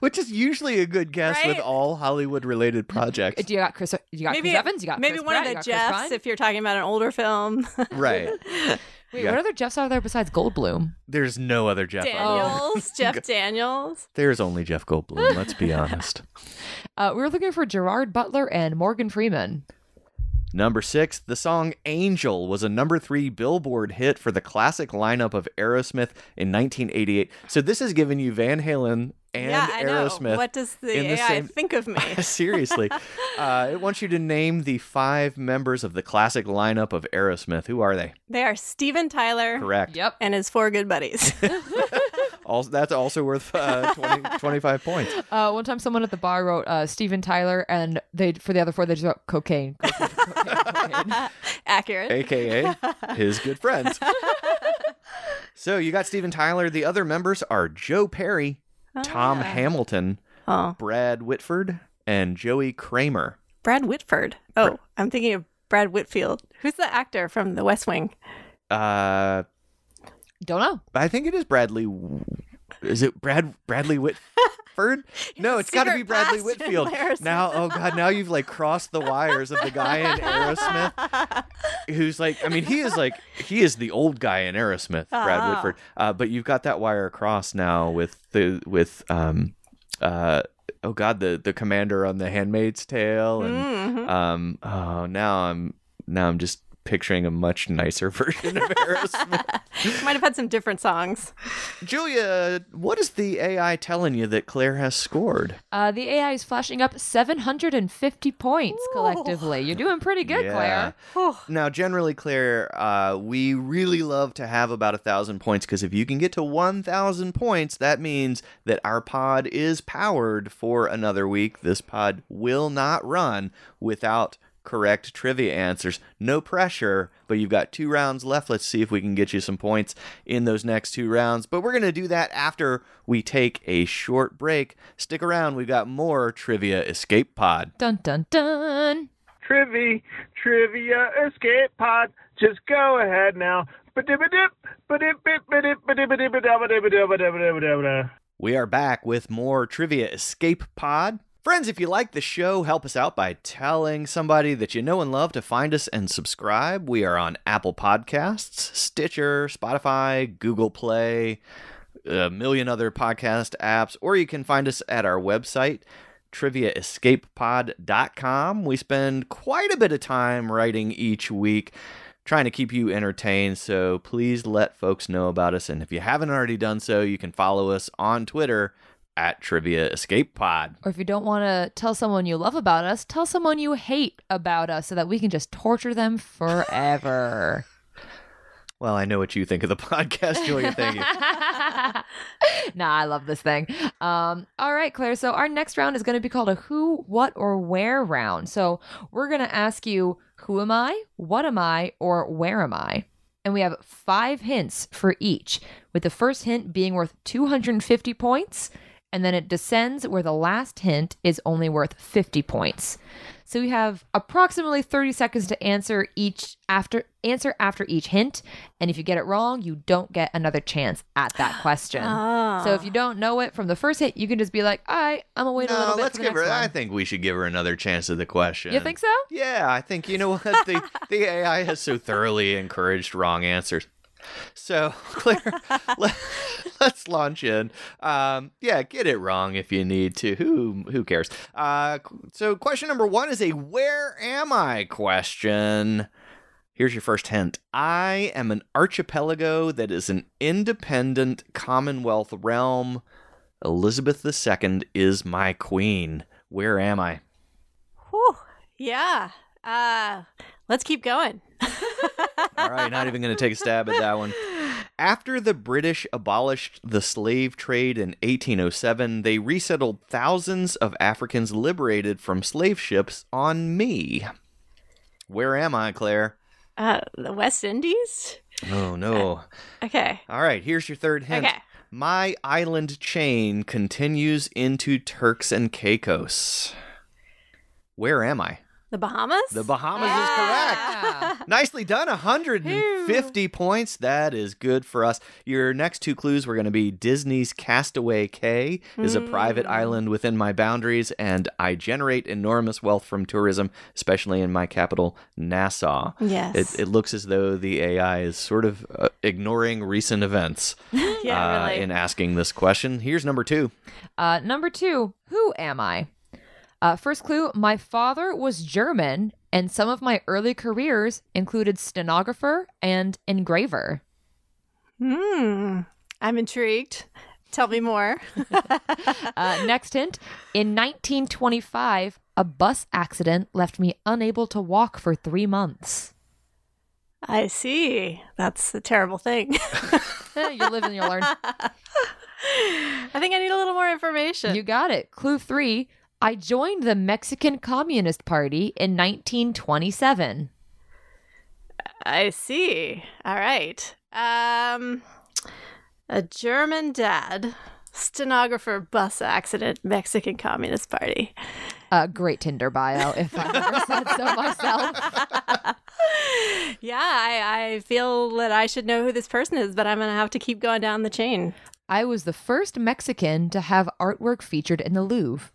B: Which is usually a good guess with
D: Right?
B: all Hollywood related projects.
A: Uh, You got Chris. You got
D: maybe
A: Chris Evans. You got
D: maybe
A: Chris
D: one
A: Pratt, you
D: of
A: got
D: the
A: Chris
D: Jeffs
A: Pine.
D: if you're talking about an older film.
B: right.
A: Wait,
B: Yeah.
A: what other Jeffs are there besides Goldblum?
B: There's no other Jeff. Goldblum.
D: Daniels, Jeff Daniels.
B: There's only Jeff Goldblum, let's be honest.
A: Uh, we were looking for Gerard Butler and Morgan Freeman.
B: Number six, the song Angel was a number three Billboard hit for the classic lineup of Aerosmith in 1988. So this has given you Van Halen and
D: yeah, I
B: Aerosmith.
D: know. What does the
B: in
D: AI
B: the same-
D: think of me?
B: Seriously. uh, it wants you to name the five members of the classic lineup of Aerosmith. Who are they?
D: They are Steven Tyler
B: Correct.
A: Yep.
D: and his four good buddies.
B: Also, that's also worth uh, 20, 25 points.
A: Uh, one time, someone at the bar wrote uh, Steven Tyler, and they for the other four they just wrote cocaine. cocaine, cocaine, cocaine.
D: Accurate.
B: aka his good friends. so you got Steven Tyler. The other members are Joe Perry, Tom Hamilton,
D: Oh,
B: Brad Whitford, and Joey Kramer.
D: Brad Whitford. Oh, I'm thinking of Brad Whitfield. Who's the actor from The West Wing?
B: Uh,
A: Don't know.
B: I think it is Bradley. Is it Brad Bradley Whitford? No, it's got to be
D: secret
B: Bradley
D: past in
B: Whitfield.
D: Aerosmith.
B: Now, oh god, now you've like crossed the wires of the guy in Aerosmith, who's like, I mean, he is like, he is the old guy in Aerosmith, Brad
D: Ah.
B: Whitford. Uh, but you've got that wire across now with the with um, uh, oh god, the the commander on The Handmaid's Tale, and
D: Mhm.
B: um, oh now I'm now I'm just picturing a much nicer version of Aerosmith.
D: Might have had some different songs.
B: Julia, what is the AI telling you that Claire has scored?
A: Uh, the AI is flashing up 750 points collectively. You're doing pretty good, Claire.
B: Now, generally, Claire, uh, we really love to have about a thousand points because if you can get to one thousand points, that means that our pod is powered for another week. This pod will not run without correct trivia answers. No pressure, but you've got two rounds left. Let's see if we can get you some points in those next two rounds. But we're going to do that after we take a short break. Stick around, we've got more trivia escape pod.
A: Dun dun dun.
C: Trivia, trivia escape pod. Just go ahead now. Ba-dip-a-dip, ba-dip-bip, ba-dip, ba-dip-a-dip, ba-dip-a-dip, ba-dip-a-dip, ba-dip-a-dip.
B: We are back with more Trivia Escape Pod. Friends, if you like the show, help us out by telling somebody that you know and love to find us and subscribe. We are on Apple Podcasts, Stitcher, Spotify, Google Play, a million other podcast apps, or you can find us at our website, triviaescapepod.com. We spend quite a bit of time writing each week trying to keep you entertained. So please let folks know about us. And if you haven't already done so, you can follow us on Twitter at Trivia Escape Pod.
A: Or if you don't want to tell someone you love about us, tell someone you hate about us so that we can just torture them forever.
B: Well, I know what you think of the podcast, Julia. Thank you.
A: nah, I love this thing. Um, all right, Claire. So our next round is going to be called a who, what, or where round. So we're going to ask you who am I, what am I, or where am I? And we have five hints for each, with the first hint being worth 250 points, and then it descends where the last hint is only worth 50 points. So we have approximately 30 seconds to answer each after answer after each hint, and if you get it wrong, you don't get another chance at that question. So if you don't know it from the first hint, you can just be like, "All right, I'm gonna wait a
B: No,
A: little bit."
B: let's
A: for the
B: give her.
A: next
B: I
A: one."
B: think we should give her another chance at the question.
A: You think so?
B: Yeah, I think you know what the the AI has so thoroughly encouraged wrong answers. So, Claire, let, us launch in. Um, yeah, get it wrong if you need to. Who who cares? Uh, qu- so, question number one is a "Where am I?" question. Here's your first hint. I am an archipelago that is an independent Commonwealth realm. Elizabeth II is my queen. Where am I?
D: Whew. Yeah. Uh, let's keep going.
B: All right, not even going to take a stab at that one. After the British abolished the slave trade in 1807, they resettled thousands of Africans liberated from slave ships on me. Where am I, Claire?
D: Uh, the West Indies?
B: Oh, no.
D: Okay.
B: All right, here's your third hint.
D: Okay.
B: My island chain continues into Turks and Caicos. Where am I?
D: The Bahamas?
B: The Bahamas is correct.
A: Yeah.
B: Nicely done. 150 points. That is good for us. Your next two clues were going to be Disney's Castaway Cay is a private
D: Hmm.
B: island within my boundaries, and I generate enormous wealth from tourism, especially in my capital, Nassau.
D: Yes.
B: It, it looks as though the AI is sort of uh, ignoring recent events
D: yeah,
B: uh,
D: really.
B: in asking this question. Here's number two.
A: Uh, number two, who am I? Uh, first clue my father was German, and some of my early careers included stenographer and engraver.
D: Hmm. I'm intrigued. Tell me more.
A: Uh, next hint in 1925, a bus accident left me unable to walk for three months.
D: I see. That's a terrible thing.
A: Eh, you live and you learn.
D: I think I need a little more information.
A: You got it. Clue three I joined the Mexican Communist Party in 1927.
D: I see. All right. Um, a German dad, stenographer, bus accident, Mexican Communist Party.
A: Uh, great Tinder bio, if I ever said so myself.
D: Yeah, I, I feel that I should know who this person is, but I'm going to have to keep going down the chain.
A: I was the first Mexican to have artwork featured in the Louvre.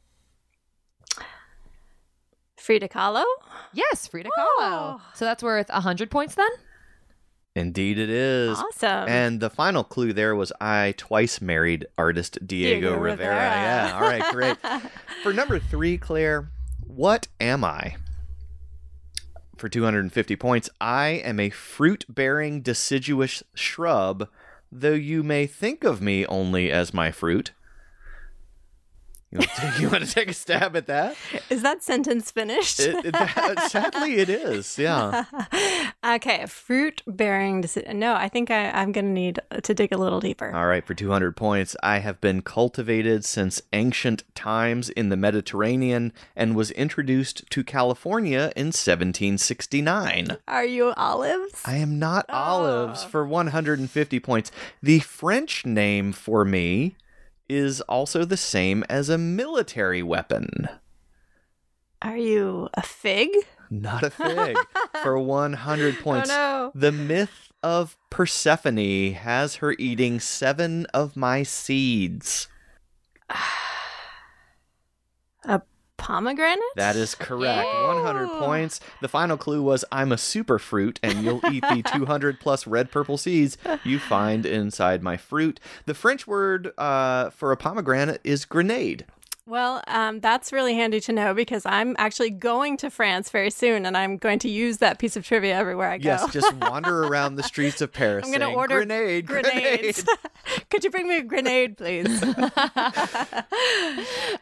D: Frida Kahlo?
A: Yes, Frida Kahlo.
D: Oh.
A: So that's worth 100 points then?
B: Indeed, it is.
D: Awesome.
B: And the final clue there was I twice married artist Diego,
D: Diego
B: Rivera.
D: Rivera.
B: Yeah, all right, great. For number three, Claire, what am I? For 250 points, I am a fruit bearing deciduous shrub, though you may think of me only as my fruit. You want to, you want to take a stab at that?
D: Is that sentence finished?
B: It- it- that- Sadly, it is. Yeah.
D: okay, fruit bearing. Deci- no, I think I, I'm going to need to dig a little deeper.
B: All right, for 200 points, I have been cultivated since ancient times in the Mediterranean and was introduced to California in 1769.
D: Are you olives?
B: I am not olives for 150 points. The French name for me is also the same as a military weapon.
D: Are you a fig?
B: Not a fig for 100 points.
D: no.
B: The myth of Persephone has her eating seven of my seeds.
D: Pomegranate?
B: That is correct.
A: Yay.
B: 100 points. The final clue was I'm a super fruit, and you'll eat the 200 plus red purple seeds you find inside my fruit. The French word uh, for a pomegranate is grenade.
D: Well, um, that's really handy to know because I'm actually going to France very soon, and I'm going to use that piece of trivia everywhere I go.
B: Yes, just wander around the streets of Paris.
D: I'm going to
B: saying,
D: order
B: grenade,
D: grenades.
B: grenade.
D: Could you bring me a grenade, please?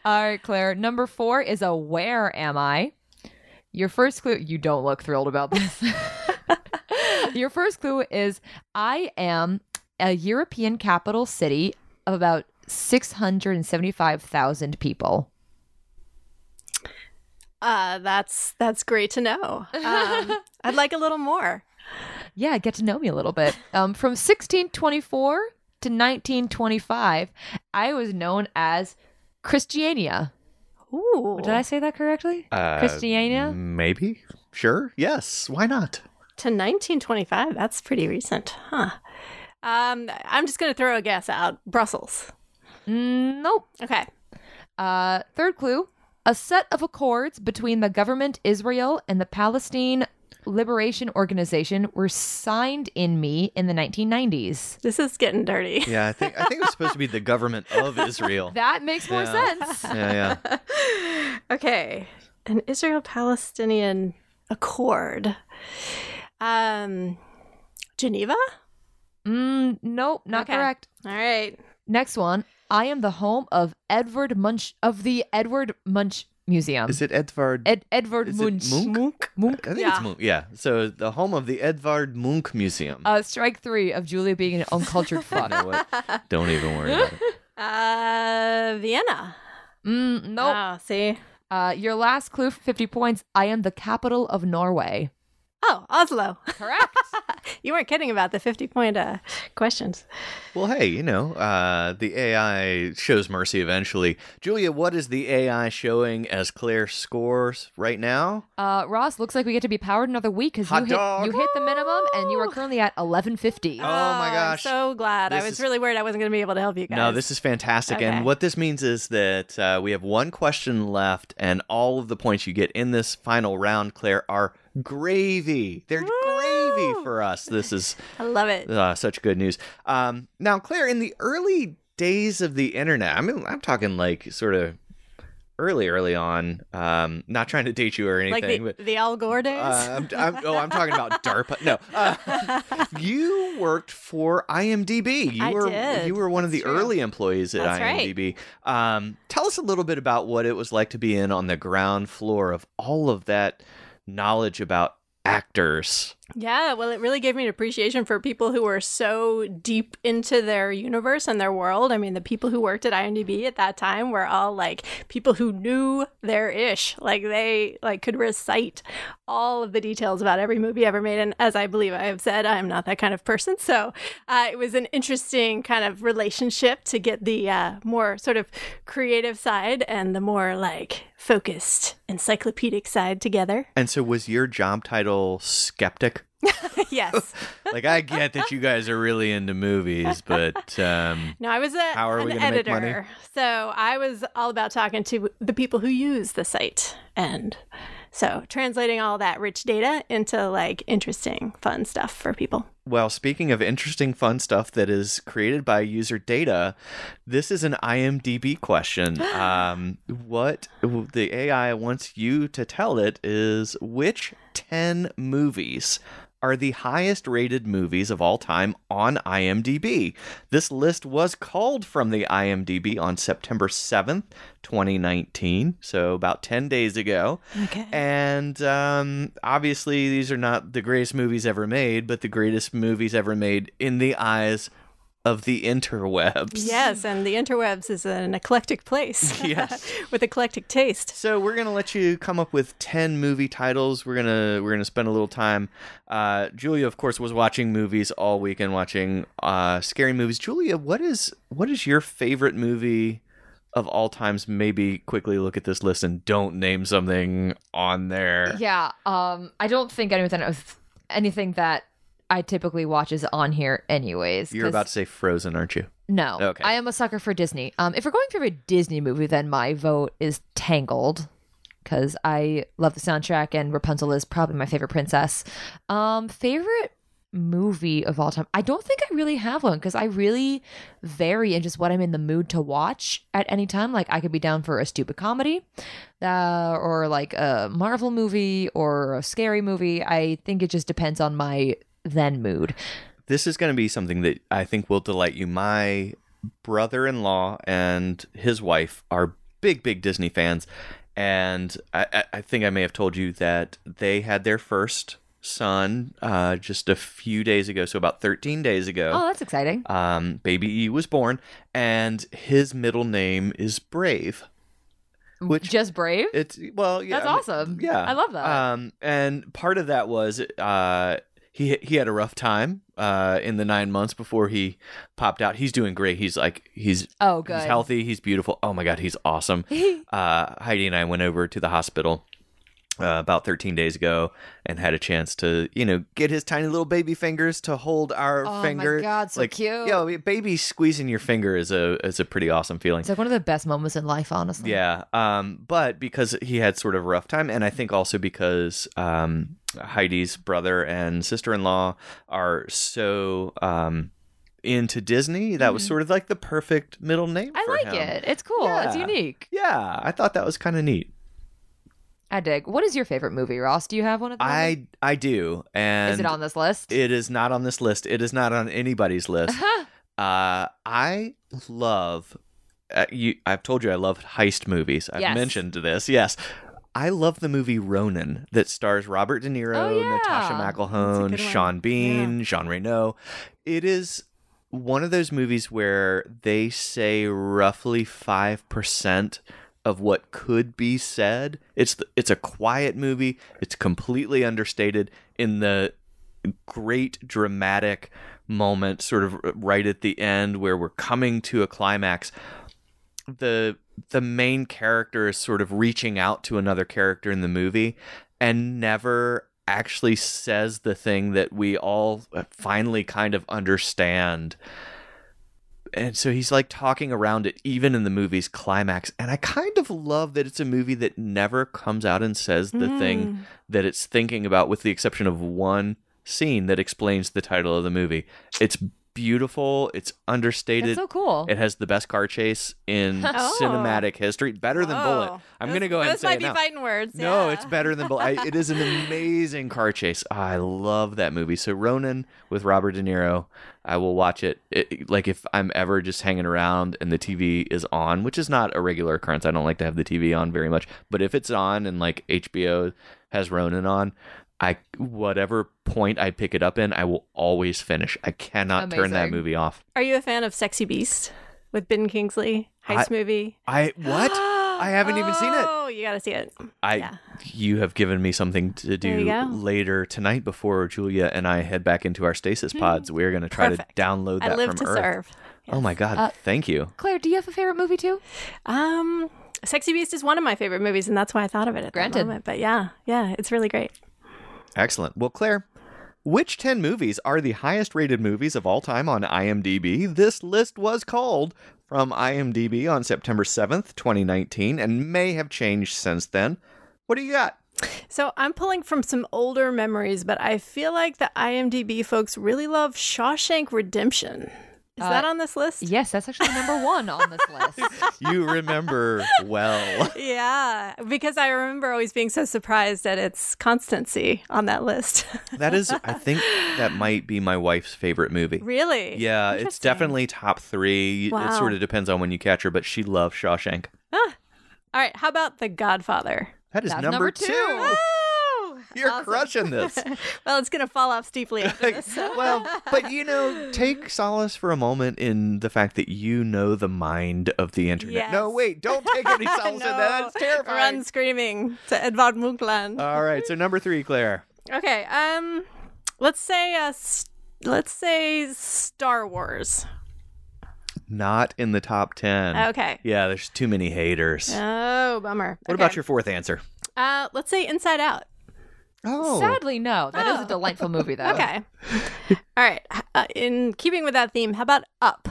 A: All right, Claire. Number four is a where am I? Your first clue, you don't look thrilled about this. Your first clue is I am a European capital city of about 675,000 people.
D: uh, that's that's great to know. Um, I'd like a little more.
A: Yeah, get to know me a little bit. Um, from 1624 to 1925, I was known as Christiania.
D: Ooh,
A: Did I say that correctly?
B: Uh,
A: Christiania?
B: Maybe. Sure. Yes. Why not?
D: to 1925? That's pretty recent, huh? Um, I'm just going to throw a guess out. Brussels.
A: Mm, nope.
D: Okay.
A: Uh, third clue a set of accords between the government Israel and the Palestine liberation organization were signed in me in the 1990s.
D: This is getting dirty.
B: Yeah, I think I think it was supposed to be the government of Israel.
A: That makes more
B: Yeah.
A: sense.
B: yeah, yeah.
D: okay. An Israel Palestinian accord. Um, Geneva?
A: Mm, nope, not
D: Okay.
A: correct.
D: All right.
A: Next one. I am the home of Edward Munch of the Edward Munch Museum.
B: Is it Edvard?
A: Ed- Edward
B: is it
A: Munch.
B: Munch?
A: Munch.
B: I think
D: Yeah.
B: it's Munch. Yeah. So the home of the Edvard Munch Museum.
A: Uh, strike three of Julia being an uncultured
B: you know
A: fuck.
B: what? Don't even worry about it.
D: Uh, Vienna.
A: Mm, nope.
D: Oh, see?
A: Uh, your last clue for 50 points. I am the capital of Norway.
D: Oh, Oslo.
A: Correct.
D: you weren't kidding about the 50 point uh, questions.
B: Well, hey, you know, uh, the AI shows mercy eventually. Julia, what is the AI showing as Claire scores right now?
A: Uh, Ross, looks like we get to be powered another week because you
B: Hot
A: hit,
B: dog.
A: you hit the minimum and you are currently at 1150.
B: Oh my
D: I'm
B: gosh.
D: so glad. I
B: This
D: was
B: is-
D: really worried I wasn't going to be able to help you guys.
B: No, this is fantastic.
D: Okay.
B: And what this means is that uh, we have one question left, and all of the points you get in this final round, Claire, are gravy. They're gravy
D: Woo!
B: for us. This is
D: I love it.
B: uh, such good news. Um, now, Claire, in the early days of the internet, I mean, I'm talking like sort of early, early on. Um, not trying to date you or anything,
D: Like the,
B: but
D: the Al Gore days.
B: uh, I'm, I'm, oh, I'm talking about DARPA. No, uh, you worked for IMDb. You
D: I
B: were
D: did.
B: you were one of the
D: That's true.
B: early employees at
D: That's right.
B: IMDb. Um, tell us a little bit about what it was like to be in on the ground floor of all of that knowledge about actors.
D: Yeah, well, it really gave me an appreciation for people who were so deep into their universe and their world. I mean, the people who worked at IMDb at that time were all like people who knew their ish, like they like could recite all of the details about every movie ever made. And as I believe I have said, I'm not that kind of person, so uh, it was an interesting kind of relationship to get the uh, more sort of creative side and the more like focused encyclopedic side together.
B: And so, was your job title skeptic?
D: yes.
B: Like, I get that you guys are really into movies, but um,
D: No, I was a,
B: How are we
D: an
B: gonna make
D: editor.
B: money?
D: So I was all about talking to the people who use the site and so translating all that rich data into like interesting, fun stuff for people.
B: Well, speaking of interesting, fun stuff that is created by user data, this is an IMDb question. Um, what the AI wants you to tell it is which 10 movies are the highest rated movies of all time on IMDb? This list was called from the IMDb on September 7th, 2019, so about 10 days ago.
D: Okay.
B: And um, obviously, these are not the greatest movies ever made, but the greatest movies ever made in the eyes of the interwebs.
D: Yes, and the interwebs is an eclectic place.
B: Yes.
D: with eclectic taste.
B: So we're gonna let you come up with ten movie titles. We're gonna we're gonna spend a little time. Uh, Julia, of course, was watching movies all weekend, watching uh, scary movies. Julia, what is what is your favorite movie of all times? Maybe quickly look at this list and don't name something on there.
A: Yeah. Um, I don't think anything of anything that I typically watch is on here, anyways.
B: You're
A: 'cause-
B: about to say Frozen, aren't you?
A: no.
B: Okay.
A: I am a sucker for Disney. Um, if we're going for a Disney movie, then my vote is Tangled because I love the soundtrack and Rapunzel is probably my favorite princess. Um, favorite movie of all time. I don't think I really have one because I really vary in just what I'm in the mood to watch at any time. Like I could be down for a stupid comedy, uh, or like a Marvel movie or a scary movie. I think it just depends on my then mood.
B: this is going to be something that I think will delight you. My brother in law and his wife are big, big Disney fans. And I, I- I think I may have told you that they had their first son uh, just a few days ago. So, about 13 days ago
A: Oh, that's exciting.
B: um, baby E was born, and his middle name is Brave. Which
A: Just brave.
B: it's well, yeah,
A: That's
B: I mean,
A: awesome.
B: yeah,
A: I love that.
B: Um, and part of that was uh, he he had a rough time uh in the nine months before he popped out. He's doing great. He's like he's
A: Oh, good.
B: He's healthy. He's beautiful. Oh my god, he's awesome. uh, Heidi and I went over to the hospital uh, about 13 days ago and had a chance to, you know, get his tiny little baby fingers to hold our
A: Oh my
B: finger.
A: God, so cute.
B: Yo, a baby squeezing your finger is a is a pretty awesome feeling.
A: It's like one of the best moments in life, honestly.
B: yeah. Um, but because he had sort of a rough time, and I think also because um, Heidi's brother and sister in law are so um, into Disney, that was sort of like the perfect middle name.
A: Mm-hmm. I
B: for
A: like
B: him.
A: it. It's cool. It's
B: Yeah.
A: unique.
B: Yeah, I thought that was kind of neat.
A: I dig. What is your favorite movie, Ross? Do you have one of those?
B: I I do, and
A: Is it on this list?
B: It is not on this list. It is not on anybody's list.
A: Uh-huh.
B: uh, I love. Uh, you, I've told you I love heist movies. I've
A: Yes.
B: mentioned this. Yes. I love the movie Ronin that stars Robert De Niro,
A: Oh, yeah.
B: Natasha McElhone,
D: That's a good one.
B: Sean Bean, Jean Reno. It is one of those movies where they say roughly 5% of what could be said. It's the, it's a quiet movie. It's completely understated in the great dramatic moment sort of right at the end where we're coming to a climax the the main character is sort of reaching out to another character in the movie and never actually says the thing that we all finally kind of understand and so he's like talking around it even in the movie's climax and i kind of love that it's a movie that never comes out and says the
A: Hmm.
B: thing that it's thinking about with the exception of one scene that explains the title of the movie it's beautiful it's understated
A: That's so cool.
B: it has the best car chase in
D: Oh.
B: cinematic history, better than
D: Oh.
B: Bullet. I'm
D: Those-
B: gonna go ahead and
D: Those
B: say
D: might
B: it
D: be
B: now.
D: fighting words.
B: No,
D: yeah.
B: it's better than Bullet. I, it is an amazing car chase. I love that movie. So Ronin with Robert De Niro, I will watch it. It- Like if I'm ever just hanging around and the TV is on, which is not a regular occurrence. I don't like to have the TV on very much, but if it's on and like HBO has Ronin on. I whatever point I pick it up in, I will always finish. I cannot turn that
A: Amazing.
B: movie off.
D: Are you a fan of Sexy Beast with Ben Kingsley heist movie?
B: I what? I haven't even seen it.
D: Oh, you gotta see it.
B: I
D: Yeah.
B: you have given me something to
D: There
B: do
D: you go.
B: later tonight before Julia and I head back into our stasis pods. We're going to try
D: Hmm. Perfect.
B: to download that
D: I live
B: from
D: to
B: Earth.
D: serve. Uh,
B: Oh my god, thank you.
A: Claire, do you have a favorite movie too?
D: Um, Sexy Beast is one of my favorite movies, and that's why I thought of it at
A: Granted.
D: the moment. But yeah, yeah, it's really great.
B: Excellent. Well, Claire, which 10 movies are the highest rated movies of all time on IMDb? This list was called from IMDb on September 7th, 2019 and may have changed since then. What do you got?
D: So I'm pulling from some older memories, but I feel like the IMDb folks really love Shawshank Redemption. Is that on this list?
A: Yes, that's actually number one on this list.
B: You remember well.
D: Yeah, because I remember always being so surprised at its constancy on that list.
B: That is I think that might be my wife's favorite movie.
D: really?
B: Yeah, it's
D: Interesting.
B: definitely top three. It
D: Wow.
B: sort of depends on when you catch her, but she loves Shawshank.
D: All right, how about The Godfather?
B: That is
A: That's
B: number,
A: number
B: two.
A: two.
D: Oh,
B: You're
D: awesome.
B: crushing this.
D: Well, it's gonna fall off steeply after
B: Like,
D: this.
B: well, but you know, take solace for a moment in the fact that you know the mind of the internet. No,
D: Yes.
B: wait, don't take any solace in that. It's terrifying.
D: Run screaming to Edvard Munchland.
B: All right, so number three, Claire.
D: okay, um, let's say uh, s- let's say Star Wars.
B: Not in the top ten.
D: Okay.
B: Yeah, there's too many haters.
D: Oh, bummer.
B: What about your fourth answer?
D: Uh, let's say Inside Out.
B: Oh,
A: Sadly, no. That is a delightful movie,
B: Uh.
A: though.
D: Okay. All right. Uh, in keeping with that theme, how about Up?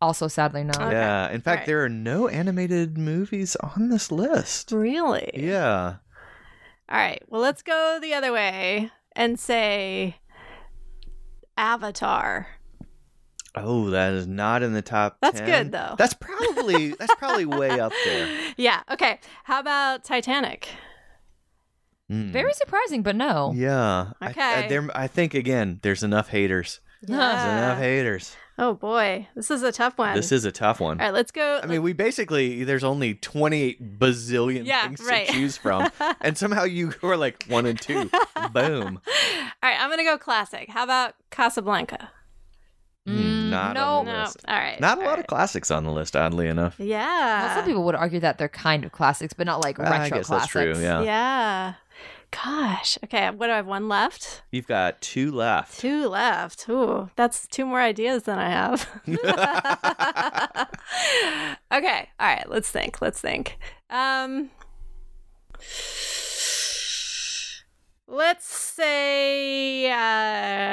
A: Also, sadly, no.
B: yeah. In fact,
D: right.
B: there are no animated movies on this list.
D: Really?
B: Yeah.
D: All right. Well, let's go the other way and say Avatar.
B: Oh, that is not in the top.
D: That's
B: 10.
D: good, though.
B: That's probably that's probably way up there.
D: Yeah. Okay. How about Titanic?
B: Mm.
A: Very surprising, but no.
B: Yeah. I- I,
D: Okay. Uh,
B: there, I think again, there's enough haters. There's enough haters.
D: Oh boy, this is a tough one.
B: This is a tough one.
D: All right, let's go.
B: I mean, we basically there's only 28 bazillion
D: Yeah,
B: things
D: right.
B: to choose from, and somehow you are like one and two.
D: Mm,
B: Boom.
D: all right, I'm gonna go classic. How about Casablanca?
B: Mm, not on the
A: no.
B: list.
D: All right.
B: Not a
D: all
B: lot
D: right.
B: of classics on the list, oddly enough.
D: Yeah.
A: Well, some people would argue that they're kind of classics, but not like retro
B: I guess that's
A: classics.
B: true. Yeah.
D: Yeah. Gosh. Okay. What do I have? One left.
B: You've got two left.
D: Two left. Ooh, that's two more ideas than I have. okay. All right. Let's think. Let's think. Um. let's say uh,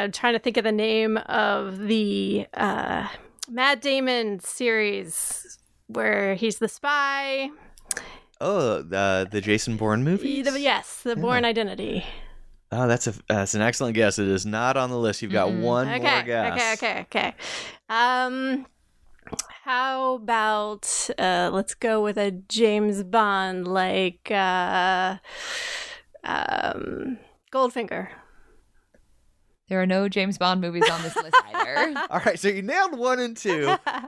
D: I'm trying to think of the name of the uh, Matt Damon series where he's the spy.
B: Oh, the the Jason Bourne movie.
D: The- yes, the Born Identity.
B: Oh, that's a that's an excellent guess. It is not on the list. You've got
A: Mm-mm.
B: one
D: Mm-hmm. Okay,
B: more
D: okay,
B: guess.
D: okay, okay, Um, how about uh, let's go with a James Bond like uh, um, Goldfinger.
A: There are no James Bond movies on this list either.
B: All right, so you nailed one and two.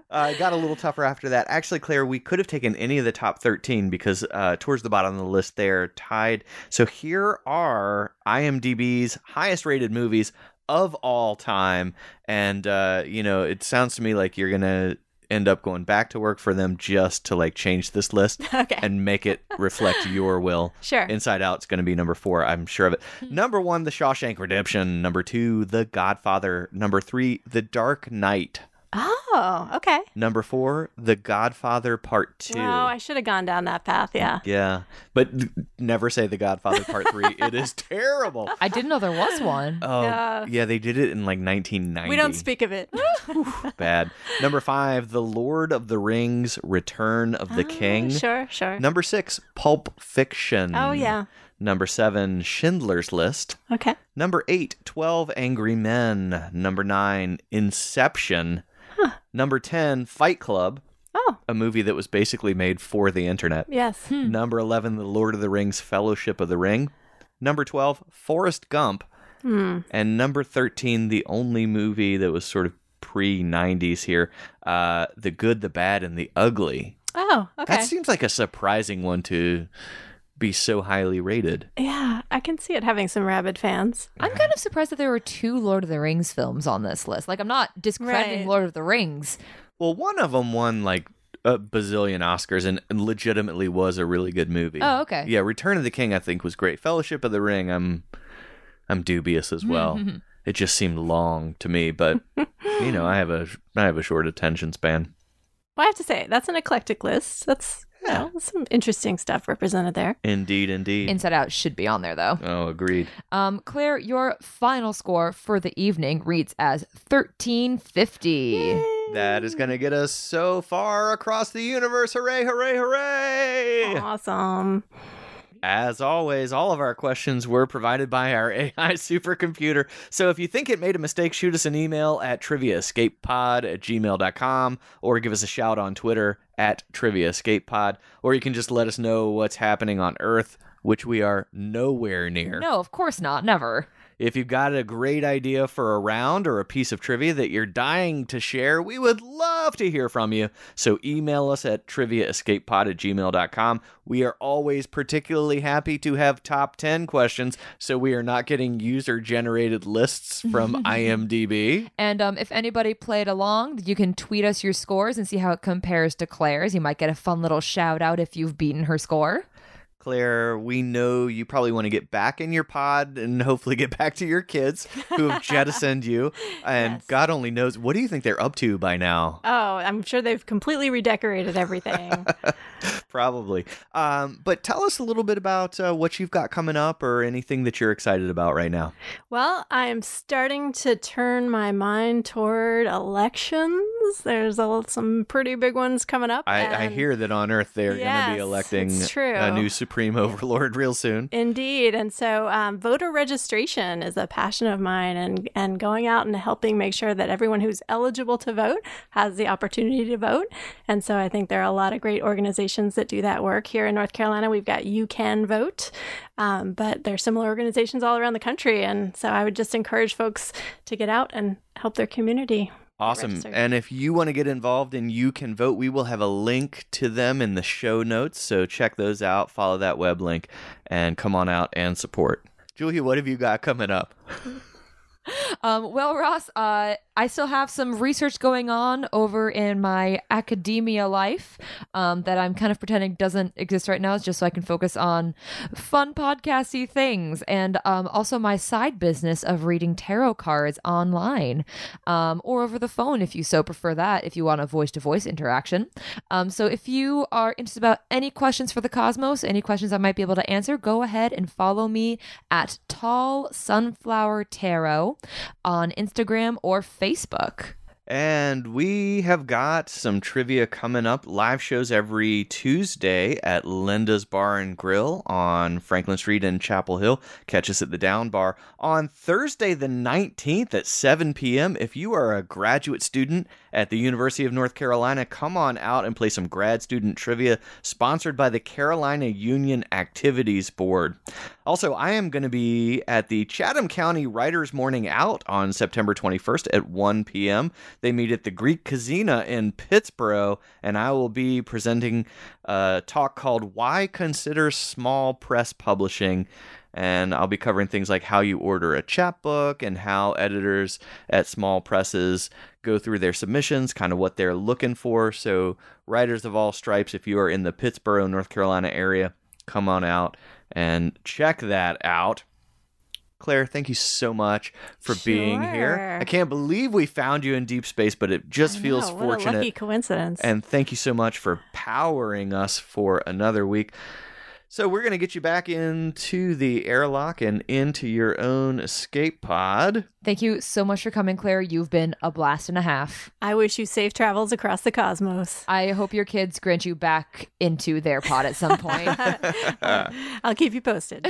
B: Uh, it got a little tougher after that. Actually, Claire, we could have taken any of the top 13 because uh, towards the bottom of the list, they're tied. So here are IMDb's highest rated movies of all time. And, uh, you know, it sounds to me like you're going to end up going back to work for them just to like change this list
D: okay,
B: and make it reflect your will.
D: sure. Hmm.
B: Inside Out's going to be number four. I'm sure of it. Number one, The Shawshank Redemption. Number two, The Godfather. Number three, The Dark Knight.
D: oh, okay.
B: Number four, The Godfather Part Two.
D: Wow, I should have gone down that path. Yeah.
B: yeah, but th- never say The Godfather Part Three. it is terrible.
A: I didn't know there was one.
B: Oh,
D: Yeah.
B: yeah, they did it in like 1990.
D: We don't speak of it.
B: bad. Number five, The Lord of the Rings: Return of
D: Oh,
B: the King.
D: Uh, Sure, sure.
B: Number six, Pulp Fiction.
D: Oh, yeah.
B: Number seven, Schindler's List.
D: Okay.
B: Number eight, 12 Angry Men. Number nine, Inception. Number 10, Fight Club,
D: Oh,
B: a movie that was basically made for the internet.
D: yes.
B: Number 11, The Lord of the Rings Fellowship of the Ring. Number 12, Forrest Gump.
D: Hmm.
B: And number 13, the only movie that was sort of pre 90s here, uh, The Good, the Bad, and the Ugly.
D: Oh, okay.
B: That seems like a surprising one to be so highly rated.
D: yeah, I can see it having some rabid fans.
A: I'm kind of surprised that there were two Lord of the Rings films on this list. Like, I'm not discrediting
D: Right.
A: Lord of the Rings.
B: Well, one of them won like a bazillion Oscars and legitimately was a really good movie.
A: Oh, okay.
B: Yeah, Return of the King I think was great. Fellowship of the Ring I'm I'm dubious as well. it just seemed long to me, but you know, I have a I have a short attention span.
D: Well, I have to say, that's an eclectic list. That's you
B: Yeah.
D: know, some interesting stuff represented there.
B: Indeed, indeed.
A: Inside Out should be on there, though.
B: oh, agreed.
A: Um, Claire, your final score for the evening reads as 1350.
B: That is going to get us so far across the universe. Hooray, hooray, hooray.
A: Oh,
D: Awesome.
B: As always, all of our questions were provided by our AI supercomputer. So if you think it made a mistake, shoot us an email at triviaescapepod at gmail.com or give us a shout on Twitter at triviaescapepod. Or you can just let us know what's happening on Earth, which we are nowhere near.
A: No, of course not. Never.
B: If you've got a great idea for a round or a piece of trivia that you're dying to share, we would love to hear from you. So email us at triviaescapepod at gmail.com. We are always particularly happy to have top 10 questions, so we are not getting user generated lists from IMDb.
A: And um, if anybody played along, you can tweet us your scores and see how it compares to Claire's. You might get a fun little shout out if you've beaten her score.
B: Claire, we know you probably want to get back in your pod and hopefully get back to your kids who have jettisoned you. And
D: Yes.
B: God only knows, what do you think they're up to by now?
D: Oh, I'm sure they've completely redecorated everything.
B: Probably. Um, but tell us a little bit about uh, what you've got coming up or anything that you're excited about right now.
D: Well, I'm starting to turn my mind toward elections. There's a, some pretty big ones coming up.
B: I, I
D: and-
B: hear that on Earth they're going to
D: Um, Yes,
B: be electing
D: it's true.
B: a new Supreme Overlord real soon.
D: Indeed. And so um, voter registration is a passion of mine and, and going out and helping make sure that everyone who's eligible to vote has the opportunity to vote. And so I think there are a lot of great organizations that do that work. Here in North Carolina, we've got You Can Vote, um, but there are similar organizations all around the country. And so I would just encourage folks to get out and help their community.
B: Awesome.
D: registered.
B: And if you want to get involved and you can vote, we will have a link to them in the show notes. So check those out, follow that web link, and come on out and support. Julia, what have you got coming up?
A: Um, well, Ross, uh, I still have some research going on over in my academia life um, that I'm kind of pretending doesn't exist right now, just so I can focus on fun podcasty things and um, also my side business of reading tarot cards online um, or over the phone if you so prefer that, if you want a voice to voice interaction. Um, so if you are interested about any questions for the cosmos, any questions I might be able to answer, go ahead and follow me at Tall Sunflower Tarot on Instagram or Facebook.
B: And we have got some trivia coming up. Live shows every Tuesday at Linda's Bar and Grill on Franklin Street in Chapel Hill. Catch us at the Down Bar on Thursday, the 19th at 7 p.m. If you are a graduate student at the University of North Carolina, come on out and play some grad student trivia sponsored by the Carolina Union Activities Board. Also, I am going to be at the Chatham County Writers Morning Out on September 21st at 1 p.m. They meet at the Greek Casino in Pittsburgh, and I will be presenting a talk called Why Consider Small Press Publishing. And I'll be covering things like how you order a chapbook and how editors at small presses go through their submissions, kind of what they're looking for. So, writers of all stripes, if you are in the Pittsburgh, North Carolina area, come on out and check that out. Claire, thank you so much for being here.
D: Sure.
B: I can't believe we found you in deep space, but it just
D: I
B: feels
D: know, what
B: fortunate.
D: A lucky coincidence.
B: And thank you so much for powering us for another week. So we're going to get you back into the airlock and into your own escape pod.
A: Thank you so much for coming, Claire. You've been a blast and a half.
D: I wish you safe travels across the cosmos.
A: I hope your kids grant you back into their pod at some point.
D: I'll keep you posted.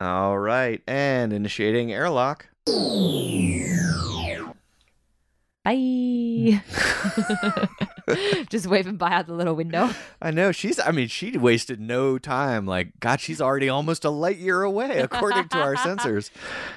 B: All right, and initiating airlock.
A: Bye. Just waving by out the little window.
B: I know she's I mean she wasted no time like god she's already almost a light year away according to our sensors.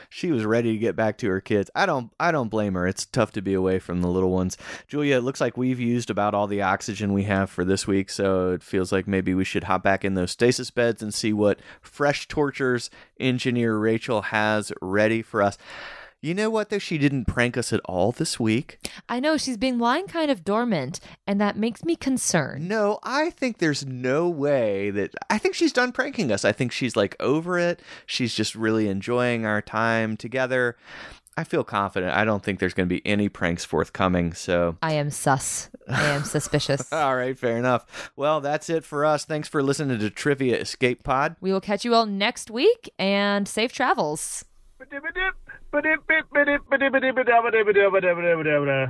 B: She was ready to get back to her kids. I don't I don't blame her. It's tough to be away from the little ones. Julia, it looks like we've used about all the oxygen we have for this week, so it feels like maybe we should hop back in those stasis beds and see what fresh tortures engineer Rachel has ready for us. You know what though? She didn't prank us at all this week.
A: I know she's been lying kind of dormant, and that makes me concerned.
B: No, I think there's no way that I think she's done pranking us. I think she's like over it. She's just really enjoying our time together. I feel confident. I don't think there's going to be any pranks forthcoming. So,
A: I am sus. I am suspicious.
B: all right, fair enough. Well, that's it for us. Thanks for listening to Trivia Escape Pod.
A: We will catch you all next week and safe travels.
C: Ba-dip-a-dip, ba-dip-bip, ba-dip-ba-dip-ba-dip-ba-dip-ba-dip-ba-dip-ba-dip-ba-dip-ba-dip.